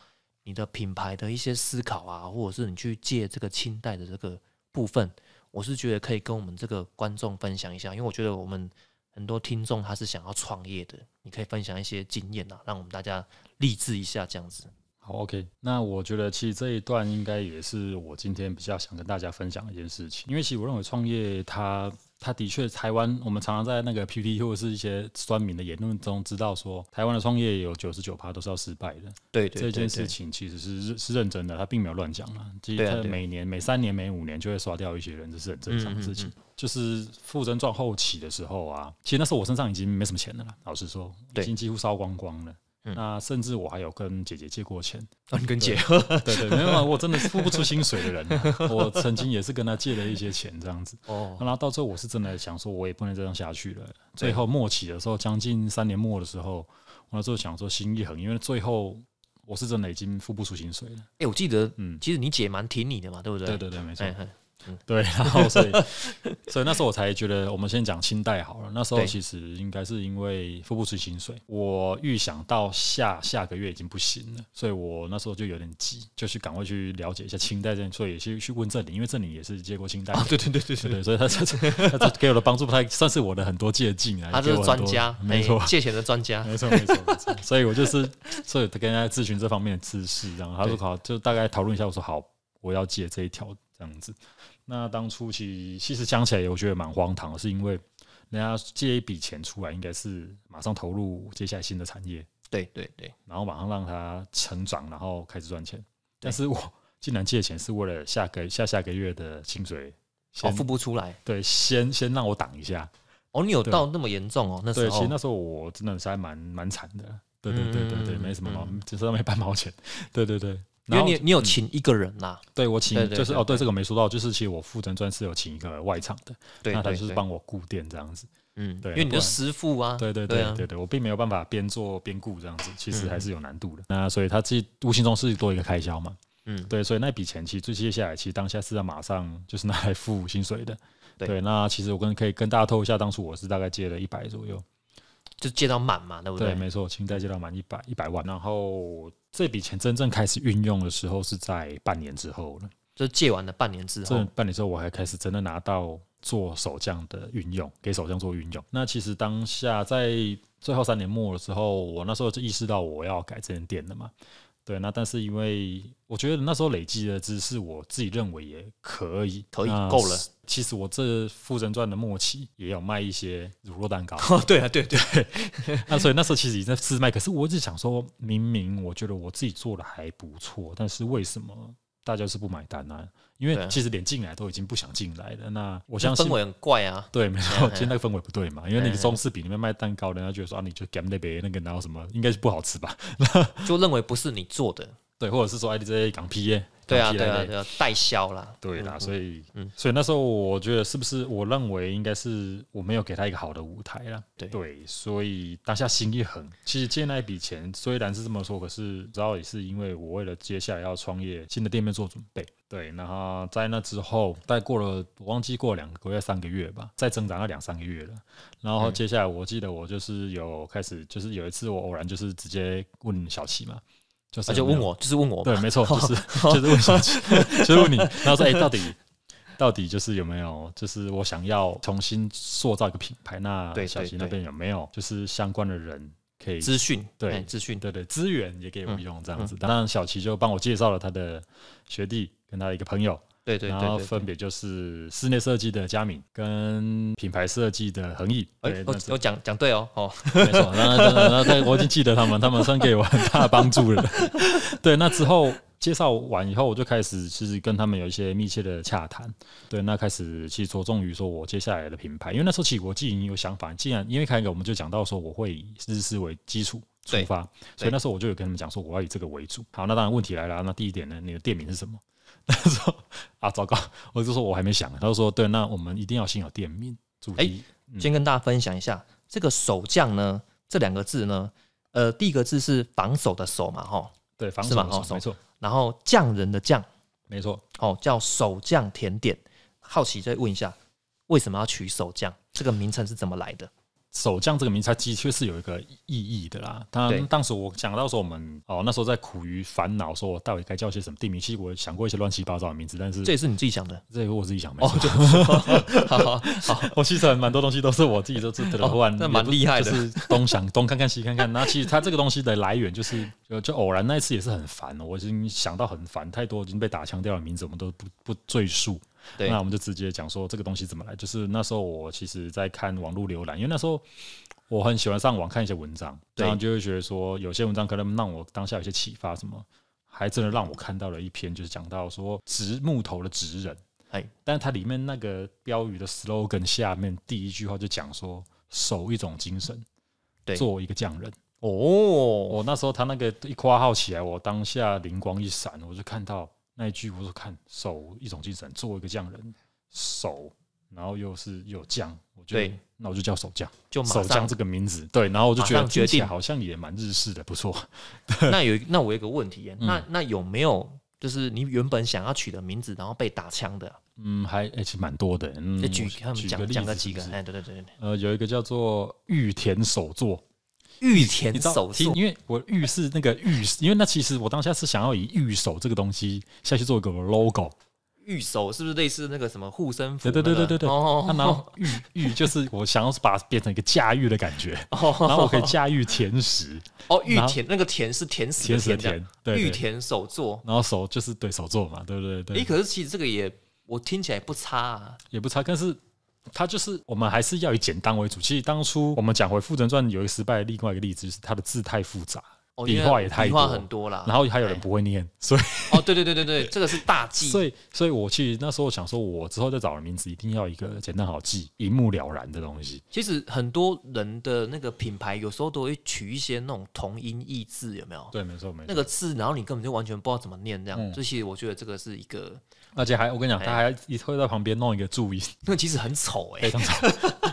Speaker 1: 你的品牌的一些思考啊，或者是你去借这个清代的这个部分，我是觉得可以跟我们这个观众分享一下，因为我觉得我们很多听众他是想要创业的，你可以分享一些经验啊，让我们大家励志一下这样子。
Speaker 2: 好，OK，那我觉得其实这一段应该也是我今天比较想跟大家分享的一件事情，因为其实我认为创业它它的确台湾，我们常常在那个 PPT 或者是一些酸民的言论中知道说，台湾的创业有九十九趴都是要失败的，
Speaker 1: 对
Speaker 2: 这件事情其实是是认真的，他并没有乱讲啦。其实
Speaker 1: 对啊
Speaker 2: 他
Speaker 1: 对啊
Speaker 2: 每年、每三年、每五年就会刷掉一些人，这是很正常的事情。
Speaker 1: 嗯
Speaker 2: 就是副症状后期的时候啊，其实那时候我身上已经没什么钱了啦，老实说，
Speaker 1: 对
Speaker 2: 已经几乎烧光光了。
Speaker 1: 嗯
Speaker 2: 那甚至我还有跟姐姐借过钱，
Speaker 1: 啊， 你跟姐
Speaker 2: 姐，对对， 没有啊，我真的是付不出薪水的人啊、我曾经也是跟她借了一些钱这样子，
Speaker 1: 哦，
Speaker 2: 然后到最后我是真的想说，我也不能这样下去了。最后末期的时候，将近三年末的时候，我那时候想说心一横，因为最后我是真的已经付不出薪水了。
Speaker 1: 哎、我记得
Speaker 2: 嗯，
Speaker 1: 其实你姐蛮挺你的嘛，对不对？
Speaker 2: 对对对，没错
Speaker 1: 哎，。哎
Speaker 2: 对，然后所以所以那时候我才觉得，我们先讲清代好了。那时候
Speaker 1: 对
Speaker 2: 其实应该是因为付不出薪水，我预想到下下个月已经不行了，所以我那时候就有点急，就去赶快去了解一下清代这件，所以也去去问郑林，因为郑林也是接过清代的
Speaker 1: 啊，对对对对对
Speaker 2: 对对，所以他他他他给我的帮助不太算是我的很多借鉴啊，
Speaker 1: 他
Speaker 2: 也
Speaker 1: 就
Speaker 2: 给
Speaker 1: 是
Speaker 2: 我很
Speaker 1: 专
Speaker 2: 多
Speaker 1: 家，
Speaker 2: 没
Speaker 1: 哎
Speaker 2: 错。
Speaker 1: 借钱的专家。
Speaker 2: 没错，没错，没错。所以我就是，所以跟他咨询这方面的知识，然后他说
Speaker 1: 对
Speaker 2: 好，就大概讨论一下。我说好，我要借这一条这样子。那当初其实其实想起来，我觉得蛮荒唐的，是因为人家借一笔钱出来，应该是马上投入接下来新的产业，
Speaker 1: 对对对，
Speaker 2: 然后马上让它成长，然后开始赚钱。
Speaker 1: 对
Speaker 2: 但是我竟然借钱是为了下个下下个月的薪水
Speaker 1: 哦，
Speaker 2: 先，
Speaker 1: 付不出来。
Speaker 2: 对，先先让我挡一下。
Speaker 1: 哦，你有
Speaker 2: 对
Speaker 1: 到那么严重哦？那时
Speaker 2: 对，其
Speaker 1: 候
Speaker 2: 实那时候我真的是还蛮蛮惨的。对对对对对，
Speaker 1: 嗯
Speaker 2: 没什么毛
Speaker 1: 嗯，
Speaker 2: 只是没半毛钱。对对对，
Speaker 1: 因为
Speaker 2: 然后
Speaker 1: 你你有
Speaker 2: 嗯
Speaker 1: 请一个人啦，
Speaker 2: 对我
Speaker 1: 对
Speaker 2: 请
Speaker 1: 对
Speaker 2: 就是
Speaker 1: 对
Speaker 2: 哦，
Speaker 1: 对
Speaker 2: 对这个没说到，就是其实我副诊专是有请一个外场的，
Speaker 1: 对
Speaker 2: 那他
Speaker 1: 对
Speaker 2: 就是
Speaker 1: 对，
Speaker 2: 帮我顾店这样子。
Speaker 1: 嗯，
Speaker 2: 对
Speaker 1: 因为你
Speaker 2: 不
Speaker 1: 就
Speaker 2: 然
Speaker 1: 师傅啊，
Speaker 2: 对对
Speaker 1: 对
Speaker 2: 对
Speaker 1: 啊嗯
Speaker 2: 对对，我并没有办法边做边顾这样子，其实还是有难度的。那所以他自己无形中是多一个开销嘛，
Speaker 1: 嗯，
Speaker 2: 对，所以那笔钱其实最接下来其实当下是要马上就是拿来付薪水的。
Speaker 1: 对
Speaker 2: 对，那其实我跟可以跟大家透露一下，当初我是大概借了一百左右，
Speaker 1: 就借到满嘛，对不
Speaker 2: 对，
Speaker 1: 对？
Speaker 2: 没错，清贷借到满一百一百万，然后这笔钱真正开始运用的时候是在半年之后了。
Speaker 1: 就借完了半年之
Speaker 2: 这
Speaker 1: 后，
Speaker 2: 半年之后，我还开始真的拿到做手匠的运用，给手匠做运用。那其实当下在最后三年末的时候，我那时候就意识到我要改这间店了嘛。对，那但是因为我觉得那时候累积的知识，我自己认为也可以，
Speaker 1: 可以
Speaker 2: 那
Speaker 1: 够了。
Speaker 2: 其实我这《富人传》的末期也有卖一些乳酪蛋糕，
Speaker 1: 哦， 对啊，对对，
Speaker 2: 那所以那时候其实已经在试卖，可是我一直想说，明明我觉得我自己做的还不错，但是为什么大家就是不买单呢、因
Speaker 1: 对
Speaker 2: 为
Speaker 1: 啊
Speaker 2: 其实连进来都已经不想进来了。那我
Speaker 1: 我
Speaker 2: 相信
Speaker 1: 氛，围很怪啊，
Speaker 2: 对，没
Speaker 1: 嗯
Speaker 2: 错，
Speaker 1: 嗯
Speaker 2: 其实那个氛围不对嘛，因为那
Speaker 1: 嗯
Speaker 2: 个
Speaker 1: 嗯
Speaker 2: 中式饼里面卖蛋糕的，人家觉得说啊，你就 game 那边那个，然后什么应该是不好吃吧？
Speaker 1: 就认为不是你做的，
Speaker 2: 对，或者是说哎，你这些港皮耶，
Speaker 1: 对啊，
Speaker 2: 港屁
Speaker 1: 对
Speaker 2: 来
Speaker 1: 啊，
Speaker 2: 嘞
Speaker 1: 对啊，代销啦，
Speaker 2: 对啦，所以
Speaker 1: 嗯，
Speaker 2: 所以那时候我觉得是不是我认为应该是我没有给他一个好的舞台啦。
Speaker 1: 对
Speaker 2: 所以当下心一横，其实借那一笔钱虽然是这么说，可是主要也是因为我为了接下来要创业新的店面做准备。对，然后在那之后，大概过了我忘记过了两个月、三个月吧，再增长到两三个月了。然
Speaker 1: 嗯
Speaker 2: 后接下来我记得我就是有开始，就是有一次我偶然就是直接问小齐嘛，就是
Speaker 1: 而且
Speaker 2: 有没有
Speaker 1: 问我，啊就是问我嘛，
Speaker 2: 对，没 错，就是就是问小七，就是问你，然后说哎、到底到底就是有没有，就是我想要重新塑造一个品牌，那
Speaker 1: 对
Speaker 2: 小
Speaker 1: 对
Speaker 2: 齐那
Speaker 1: 对
Speaker 2: 边有没有就是相关的人可以
Speaker 1: 资嗯讯，
Speaker 2: 对
Speaker 1: 哎资讯，
Speaker 2: 对对资源也给我用这样子？当然，小齐就帮我介绍了他的学弟跟他一个朋友，
Speaker 1: 对对对
Speaker 2: 然后
Speaker 1: 对对，
Speaker 2: 分别就是室内设计的佳敏跟品牌设计的恒毅，
Speaker 1: 哎
Speaker 2: 对，，
Speaker 1: 我
Speaker 2: 那这
Speaker 1: 我讲讲对哦，哦，
Speaker 2: 没错，那真的，那对我已经记得他们，他们算给我很大的帮助了。对，那之后介绍完以后，我就开始其实跟他们有一些密切的洽谈。对，那开始其实着重于说我接下来的品牌，因为那时候其实我自己已经有想法，既然因为开始我们就讲到说我会以日式为基础。出
Speaker 1: 对
Speaker 2: 发，所
Speaker 1: 对
Speaker 2: 以那时候我就有跟他们讲说，我要以这个为主。好，那当然问题来了，那第一点呢，你的店名是什么？那时候啊，糟糕，我就说我还没想。他就说，对，那我们一定要先有店名主题。
Speaker 1: 哎
Speaker 2: 嗯
Speaker 1: 先跟大家分享一下这个手匠呢，这两个字呢，呃，第一个字是防守的守嘛，哈，
Speaker 2: 对，防
Speaker 1: 是
Speaker 2: 守
Speaker 1: 吧
Speaker 2: 的
Speaker 1: 哦
Speaker 2: 守没错，
Speaker 1: 然后匠人的匠，
Speaker 2: 没错。
Speaker 1: 哦，叫手匠甜点。好奇再问一下，为什么要取手匠这个名称是怎么来的？
Speaker 2: 手匠这个名词，它的确是有一个意义的啦。当
Speaker 1: 对
Speaker 2: 然，当时我讲到说我们哦，那时候在苦于烦恼，说我到底该叫些什么地名。其实我想过一些乱七八糟的名字，但是
Speaker 1: 这也是你自己想 的
Speaker 2: 这个我自己想没
Speaker 1: 哦
Speaker 2: 错。，
Speaker 1: 就好好 好，
Speaker 2: 我哦其实很蛮多东西都是我自己都是突然忽然
Speaker 1: 哦那蛮厉害的
Speaker 2: 就是东想东看看西看看。那其实它这个东西的来源就是就就偶然那一次也是很烦哦，我已经想到很烦，太多已经被打枪掉的名字，我们都不不赘述。
Speaker 1: 对
Speaker 2: 那我们就直接讲说这个东西怎么来。就是那时候我其实在看网络浏览，因为那时候我很喜欢上网看一些文章，
Speaker 1: 对
Speaker 2: 然后就会觉得说有些文章可能让我当下有些启发，什么还真的让我看到了一篇，就是讲到说植木头的职人，
Speaker 1: 哎，
Speaker 2: 但它里面那个标语的 slogan 下面第一句话就讲说守一种精神，
Speaker 1: 对
Speaker 2: 做一个匠人。
Speaker 1: 哦，
Speaker 2: 我那时候他那个一括号起来，我当下灵光一闪，我就看到那一句，我说看守一种精神，做一个匠人，守，然后又是又有匠，我觉得
Speaker 1: 对
Speaker 2: 那我就叫守匠，
Speaker 1: 就马
Speaker 2: 守匠
Speaker 1: 上
Speaker 2: 这个名字，对，然后我就觉
Speaker 1: 马
Speaker 2: 得
Speaker 1: 上决定
Speaker 2: 听起来好像也蛮日式的，不错。
Speaker 1: 那有一那我有一个问题耶，
Speaker 2: 嗯
Speaker 1: 那那有没有就是你原本想要取的名字，然后被打枪的啊？
Speaker 2: 嗯，还而且蛮多的，嗯，
Speaker 1: 就欸举
Speaker 2: 我
Speaker 1: 他们
Speaker 2: 个
Speaker 1: 讲
Speaker 2: 例
Speaker 1: 讲个
Speaker 2: 子
Speaker 1: 几
Speaker 2: 是
Speaker 1: 个
Speaker 2: 不，是
Speaker 1: 哎，对对对对，
Speaker 2: 呃，有一个叫做玉田手作，
Speaker 1: 玉田
Speaker 2: 你知道
Speaker 1: 手，
Speaker 2: 听，
Speaker 1: 术
Speaker 2: 因为我玉是那个玉，因为那其实我当下是想要以玉手这个东西下去做一个 logo，
Speaker 1: 玉手是不是类似那个什么护身符
Speaker 2: 对
Speaker 1: 那个？
Speaker 2: 对对对对对，
Speaker 1: 哦
Speaker 2: 啊然后玉玉就是我想要是把它变成一个驾驭的感觉，
Speaker 1: 哦
Speaker 2: 然后我可以驾驭 甜食，
Speaker 1: 哦，玉
Speaker 2: 然后
Speaker 1: 田那个田是甜死
Speaker 2: 甜
Speaker 1: 的
Speaker 2: 食的
Speaker 1: 田这样，
Speaker 2: 甜，对
Speaker 1: 玉
Speaker 2: 对，
Speaker 1: 田手作。
Speaker 2: 然后手就是对手做嘛，对对
Speaker 1: 诶，
Speaker 2: 对，
Speaker 1: 可是其实这个也我听起来不差啊。
Speaker 2: 也不差，但是。它就是我们还是要以简单为主。其实当初我们讲回《富人传》有一个失败的另外一个例子，就是它的字太复杂，
Speaker 1: 哦，
Speaker 2: 笔
Speaker 1: 因为
Speaker 2: 画也太
Speaker 1: 笔
Speaker 2: 多
Speaker 1: 画很多啦。
Speaker 2: 然后还有人
Speaker 1: 哎
Speaker 2: 不会念，所以
Speaker 1: 哦，对对对对 对，这个是大忌。
Speaker 2: 所以所以我其实那时候想说，我之后再找人名字一定要一个简单好记、一目了然的东西。
Speaker 1: 其实很多人的那个品牌有时候都会取一些那种同音异字，有没有？
Speaker 2: 对，没错没错。
Speaker 1: 那个字，然后你根本就完全不知道怎么念，这样。
Speaker 2: 嗯
Speaker 1: 这其实我觉得这个是一个，
Speaker 2: 而且还我跟你讲，
Speaker 1: 哎
Speaker 2: 他还一会在旁边弄一个注音，
Speaker 1: 那其实很丑哎、
Speaker 2: 非常吵。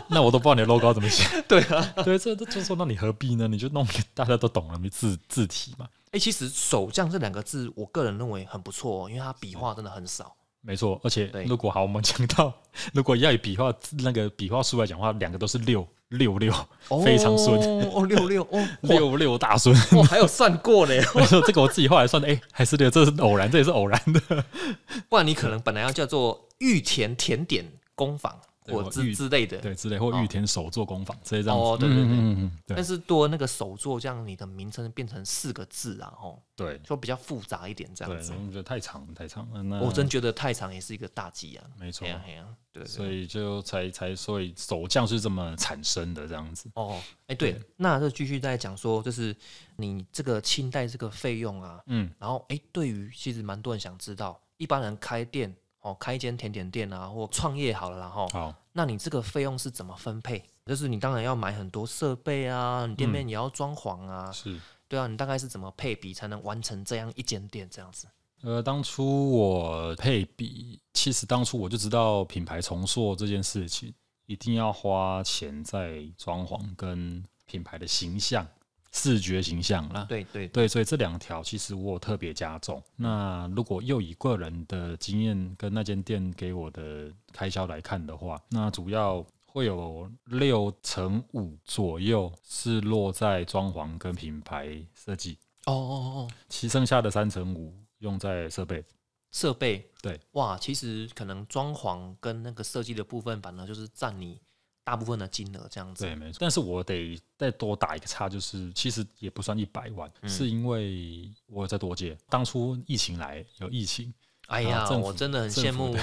Speaker 2: 那我都不知道你的 logo 怎么写。
Speaker 1: 对
Speaker 2: 啊，对，这这就说那你何必呢？你就弄一个大家都懂了的字字体嘛。
Speaker 1: 哎、其实“手匠”这两个字，我个人认为很不错、哦，因为它笔画真的很少。
Speaker 2: 没错，而且
Speaker 1: 对
Speaker 2: 如果好，我们讲到如果要以笔画那个笔画数来讲的话，两个都是六六六， 非常顺，
Speaker 1: 哦，哦六六 哦，哇
Speaker 2: 六六大顺。
Speaker 1: 哇，还有算过嘞，
Speaker 2: 没错，这个我自己后来算的，哎、还是六，这是偶然，这也是偶然的。
Speaker 1: 不然你可能本来要叫做玉田甜点工坊
Speaker 2: 对
Speaker 1: 或
Speaker 2: 我
Speaker 1: 之
Speaker 2: 玉
Speaker 1: 之类的，
Speaker 2: 对，之类或玉田手作工坊之类这样子。
Speaker 1: 哦对对对
Speaker 2: 嗯嗯嗯嗯
Speaker 1: 但
Speaker 2: 对
Speaker 1: 是多那个手作，这样你的名称变成四个字啊，哦，
Speaker 2: 对
Speaker 1: 就比较复杂一点这样
Speaker 2: 对，
Speaker 1: 子。
Speaker 2: 我觉得太长太长了。那
Speaker 1: 我真觉得太长也是一个大忌啊。
Speaker 2: 没错
Speaker 1: 哎，呀哎呀，对对
Speaker 2: 所以就才才所以手匠是这么产生的这样子。
Speaker 1: 哦，哎对，那就继续再讲说，就是你这个清代这个费用啊，
Speaker 2: 嗯，
Speaker 1: 然后哎，对于其实蛮多人想知道，一般人开店哦，开一间甜点店啊，或创业好了啦哈，
Speaker 2: 好，
Speaker 1: 那你这个费用是怎么分配？就是你当然要买很多设备啊，
Speaker 2: 嗯
Speaker 1: 你店面也要装潢啊，
Speaker 2: 是。
Speaker 1: 对啊，你大概是怎么配比才能完成这样一间店这样子？
Speaker 2: 呃，当初我配比，其实当初我就知道品牌重塑这件事情一定要花钱在装潢跟品牌的形象、视觉形象啦。
Speaker 1: 对对
Speaker 2: 对，所以这两条其实我有特别加重。那如果又以个人的经验跟那间店给我的开销来看的话，那主要会有六成五左右是落在装潢跟品牌设计，
Speaker 1: 哦哦哦，
Speaker 2: 其剩下的三成五用在设备。
Speaker 1: 设备
Speaker 2: 对，
Speaker 1: 哇，其实可能装潢跟那个设计的部分，反而就是占你大部分的金额这样子。
Speaker 2: 对，没错。但是我得再多打一个叉，就是其实也不算一百万，是因为我在多借。当初疫情来有疫情，
Speaker 1: 哎
Speaker 2: 啊
Speaker 1: 呀，
Speaker 2: 政府
Speaker 1: 我真的很
Speaker 2: 政
Speaker 1: 羡
Speaker 2: 府
Speaker 1: 慕，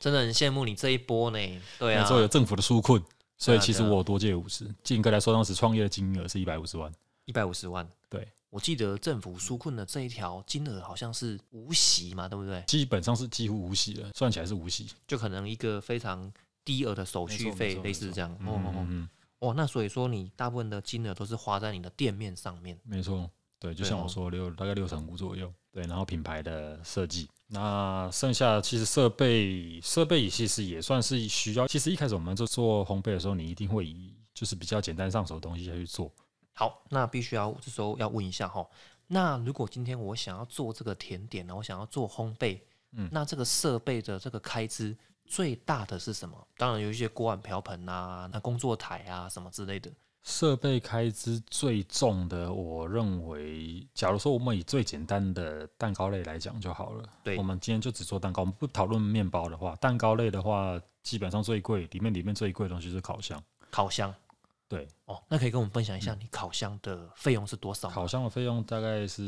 Speaker 1: 真的很羡慕你这一波呢。对
Speaker 2: 那
Speaker 1: 啊
Speaker 2: 时，候有政府的纾困，所以其实
Speaker 1: 对啊
Speaker 2: 我有多借五十。严格来说，当时创业的金额是一百五十万。
Speaker 1: 一百五十万。
Speaker 2: 对，
Speaker 1: 我记得政府纾困的这一条金额好像是无息嘛，对不对？
Speaker 2: 基本上是几乎无息了，算起来是无息。
Speaker 1: 就可能一个非常低额的手
Speaker 2: 没
Speaker 1: 续
Speaker 2: 错
Speaker 1: 费
Speaker 2: 没，错
Speaker 1: 类
Speaker 2: 没
Speaker 1: 似
Speaker 2: 错
Speaker 1: 这样。
Speaker 2: 嗯
Speaker 1: 哦
Speaker 2: 嗯
Speaker 1: 哦
Speaker 2: 嗯，
Speaker 1: 哦，哇那所以说你大部分的金额都是花在你的店面上面。
Speaker 2: 没错，对，就
Speaker 1: 对
Speaker 2: 像
Speaker 1: 哦
Speaker 2: 我说六大概六成五左右，对，然后品牌的设计，那剩下其实设备设备其实也算是需要。其实一开始我们在做烘焙的时候，你一定会以就是比较简单上手的东西下去做。
Speaker 1: 好，那必须要这时候要问一下哈，那如果今天我想要做这个甜点呢，我想要做烘焙，
Speaker 2: 嗯
Speaker 1: 那这个设备的这个开支最大的是什么？当然有一些锅碗瓢盆啊，那工作台啊什么之类的。
Speaker 2: 设备开支最重的，我认为，假如说我们以最简单的蛋糕类来讲就好了。
Speaker 1: 对
Speaker 2: 我们今天就只做蛋糕，我们不讨论面包的话，蛋糕类的话，基本上最贵，里面里面最贵的东西是烤箱。
Speaker 1: 烤箱
Speaker 2: 对，嗯
Speaker 1: 哦，那可以跟我们分享一下你烤箱的费用是多少吗？
Speaker 2: 烤箱的费用大概是，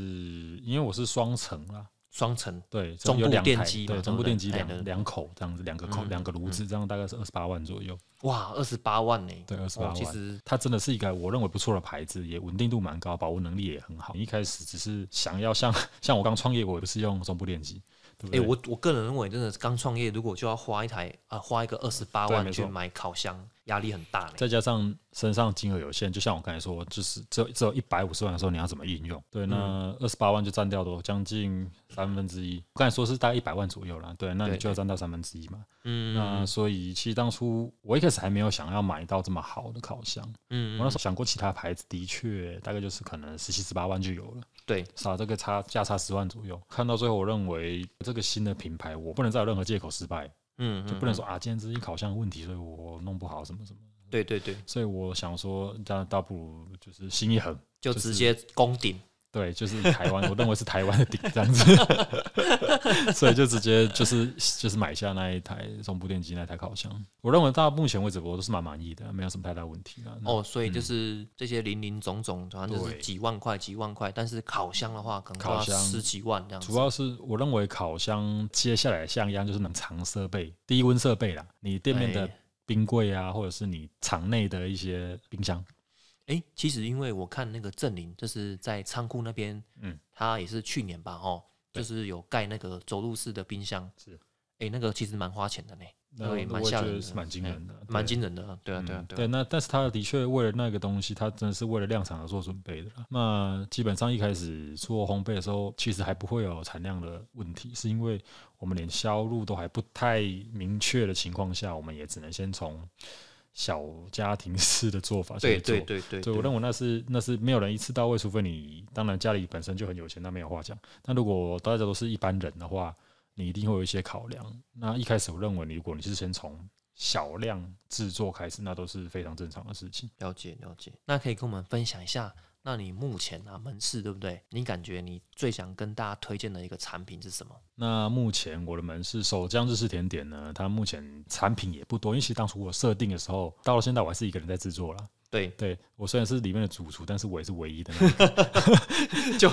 Speaker 2: 因为我是双层啦，
Speaker 1: 双层
Speaker 2: 对，
Speaker 1: 中部
Speaker 2: 有两台
Speaker 1: 电机嘛对
Speaker 2: 对，
Speaker 1: 不
Speaker 2: 中部电机
Speaker 1: 对哎
Speaker 2: 两
Speaker 1: 对对
Speaker 2: 两口这样子，两个口
Speaker 1: 嗯
Speaker 2: 两个炉子，这样大概是二十八万左右。
Speaker 1: 哇，二十八万呢、
Speaker 2: 对，二十八
Speaker 1: 哦，
Speaker 2: 万。
Speaker 1: 其实
Speaker 2: 它真的是一个我认为不错的牌子，也稳定度蛮高，保温能力也很好。一开始只是想要像 像我刚创业，我也不是用中部电机，对不
Speaker 1: 哎、
Speaker 2: 对？
Speaker 1: 我我个人认为，真的是刚创业，如果就要花一台啊、花一个二十八
Speaker 2: 对
Speaker 1: 万
Speaker 2: 没
Speaker 1: 去
Speaker 2: 错
Speaker 1: 买烤箱，压力很大呢。
Speaker 2: 再加上身上金额有限，就像我刚才说，就是只有只有一百五十万的时候，你要怎么运用？对，
Speaker 1: 嗯
Speaker 2: 那二十八万就占掉多将近三分之一。我刚才说是大概一百万左右啦，对，那
Speaker 1: 对
Speaker 2: 你就要占到三分之一嘛。
Speaker 1: 嗯
Speaker 2: 那所以其实当初我一开始还没有想要买到这么好的烤箱，
Speaker 1: 嗯，
Speaker 2: 我那时候想过其他牌子，的确大概就是可能十七十八万就有了。
Speaker 1: 对，
Speaker 2: 少这个差价差十万左右。看到最后，我认为这个新的品牌，我不能再有任何借口失败，
Speaker 1: 嗯，
Speaker 2: 就
Speaker 1: 嗯
Speaker 2: 不能说啊，今天这是烤箱的问题，所以我弄不好什么什么。
Speaker 1: 对对对，
Speaker 2: 所以我想说，那倒不如就是心一横，
Speaker 1: 就
Speaker 2: 就
Speaker 1: 直
Speaker 2: 是
Speaker 1: 接攻顶。
Speaker 2: 对，就是以台 湾，我认为是台湾的顶这样子，所以就直接就是就是买下那一台中部电机那台烤箱。我认为到目前为止，我都是蛮满意的，没有什么太大问题啊。
Speaker 1: 哦，所以就是这些零零总总，反正就是
Speaker 2: 对
Speaker 1: 几万块、几万块，但是烤箱的话，可能就
Speaker 2: 烤
Speaker 1: 要
Speaker 2: 箱
Speaker 1: 十几万这样子。
Speaker 2: 主要是我认为烤箱接下来的像样就是冷藏设备、低温设备啦，你店面的
Speaker 1: 哎
Speaker 2: 冰柜啊，或者是你场内的一些冰箱，
Speaker 1: 哎诶，其实因为我看那个正林，就是在仓库那边，
Speaker 2: 嗯，
Speaker 1: 他也是去年吧，哦，就
Speaker 2: 对
Speaker 1: 是有盖那个走路式的冰箱，
Speaker 2: 是，
Speaker 1: 诶，那个其实蛮花钱的呢，
Speaker 2: 那
Speaker 1: 对
Speaker 2: 那
Speaker 1: 蛮
Speaker 2: 我
Speaker 1: 吓
Speaker 2: 觉
Speaker 1: 人
Speaker 2: 得
Speaker 1: 的
Speaker 2: 是蛮惊
Speaker 1: 哎
Speaker 2: 人的，
Speaker 1: 蛮
Speaker 2: 对
Speaker 1: 惊人的啊，对啊，
Speaker 2: 嗯
Speaker 1: 对啊，对
Speaker 2: 对，
Speaker 1: 啊，
Speaker 2: 那但是他的确为了那个东西，他真的是为了量产而做准备的啦。那基本上一开始做烘焙的时候，其实还不会有产量的问题，是因为我们连销路都还不太明确的情况下，我们也只能先从小家庭式的做法
Speaker 1: 对
Speaker 2: 先做
Speaker 1: 对。对对，
Speaker 2: 对，我认为那是那是没有人一次到位，除非你当然家里本身就很有钱，那没有话讲。那如果大家都是一般人的话，你一定会有一些考量。那一开始我认为，如果你是先从小量制作开始，那都是非常正常的事情。
Speaker 1: 了解了解，那可以跟我们分享一下，那你目前啊门市对不对？你感觉你最想跟大家推荐的一个产品是什么？
Speaker 2: 那目前我的门市手浆日式甜点呢，它目前产品也不多，因为其实当初我设定的时候，到了现在我还是一个人在制作啦。
Speaker 1: 对，
Speaker 2: 对我虽然是里面的主厨，但是我也是唯一的那一个，
Speaker 1: 就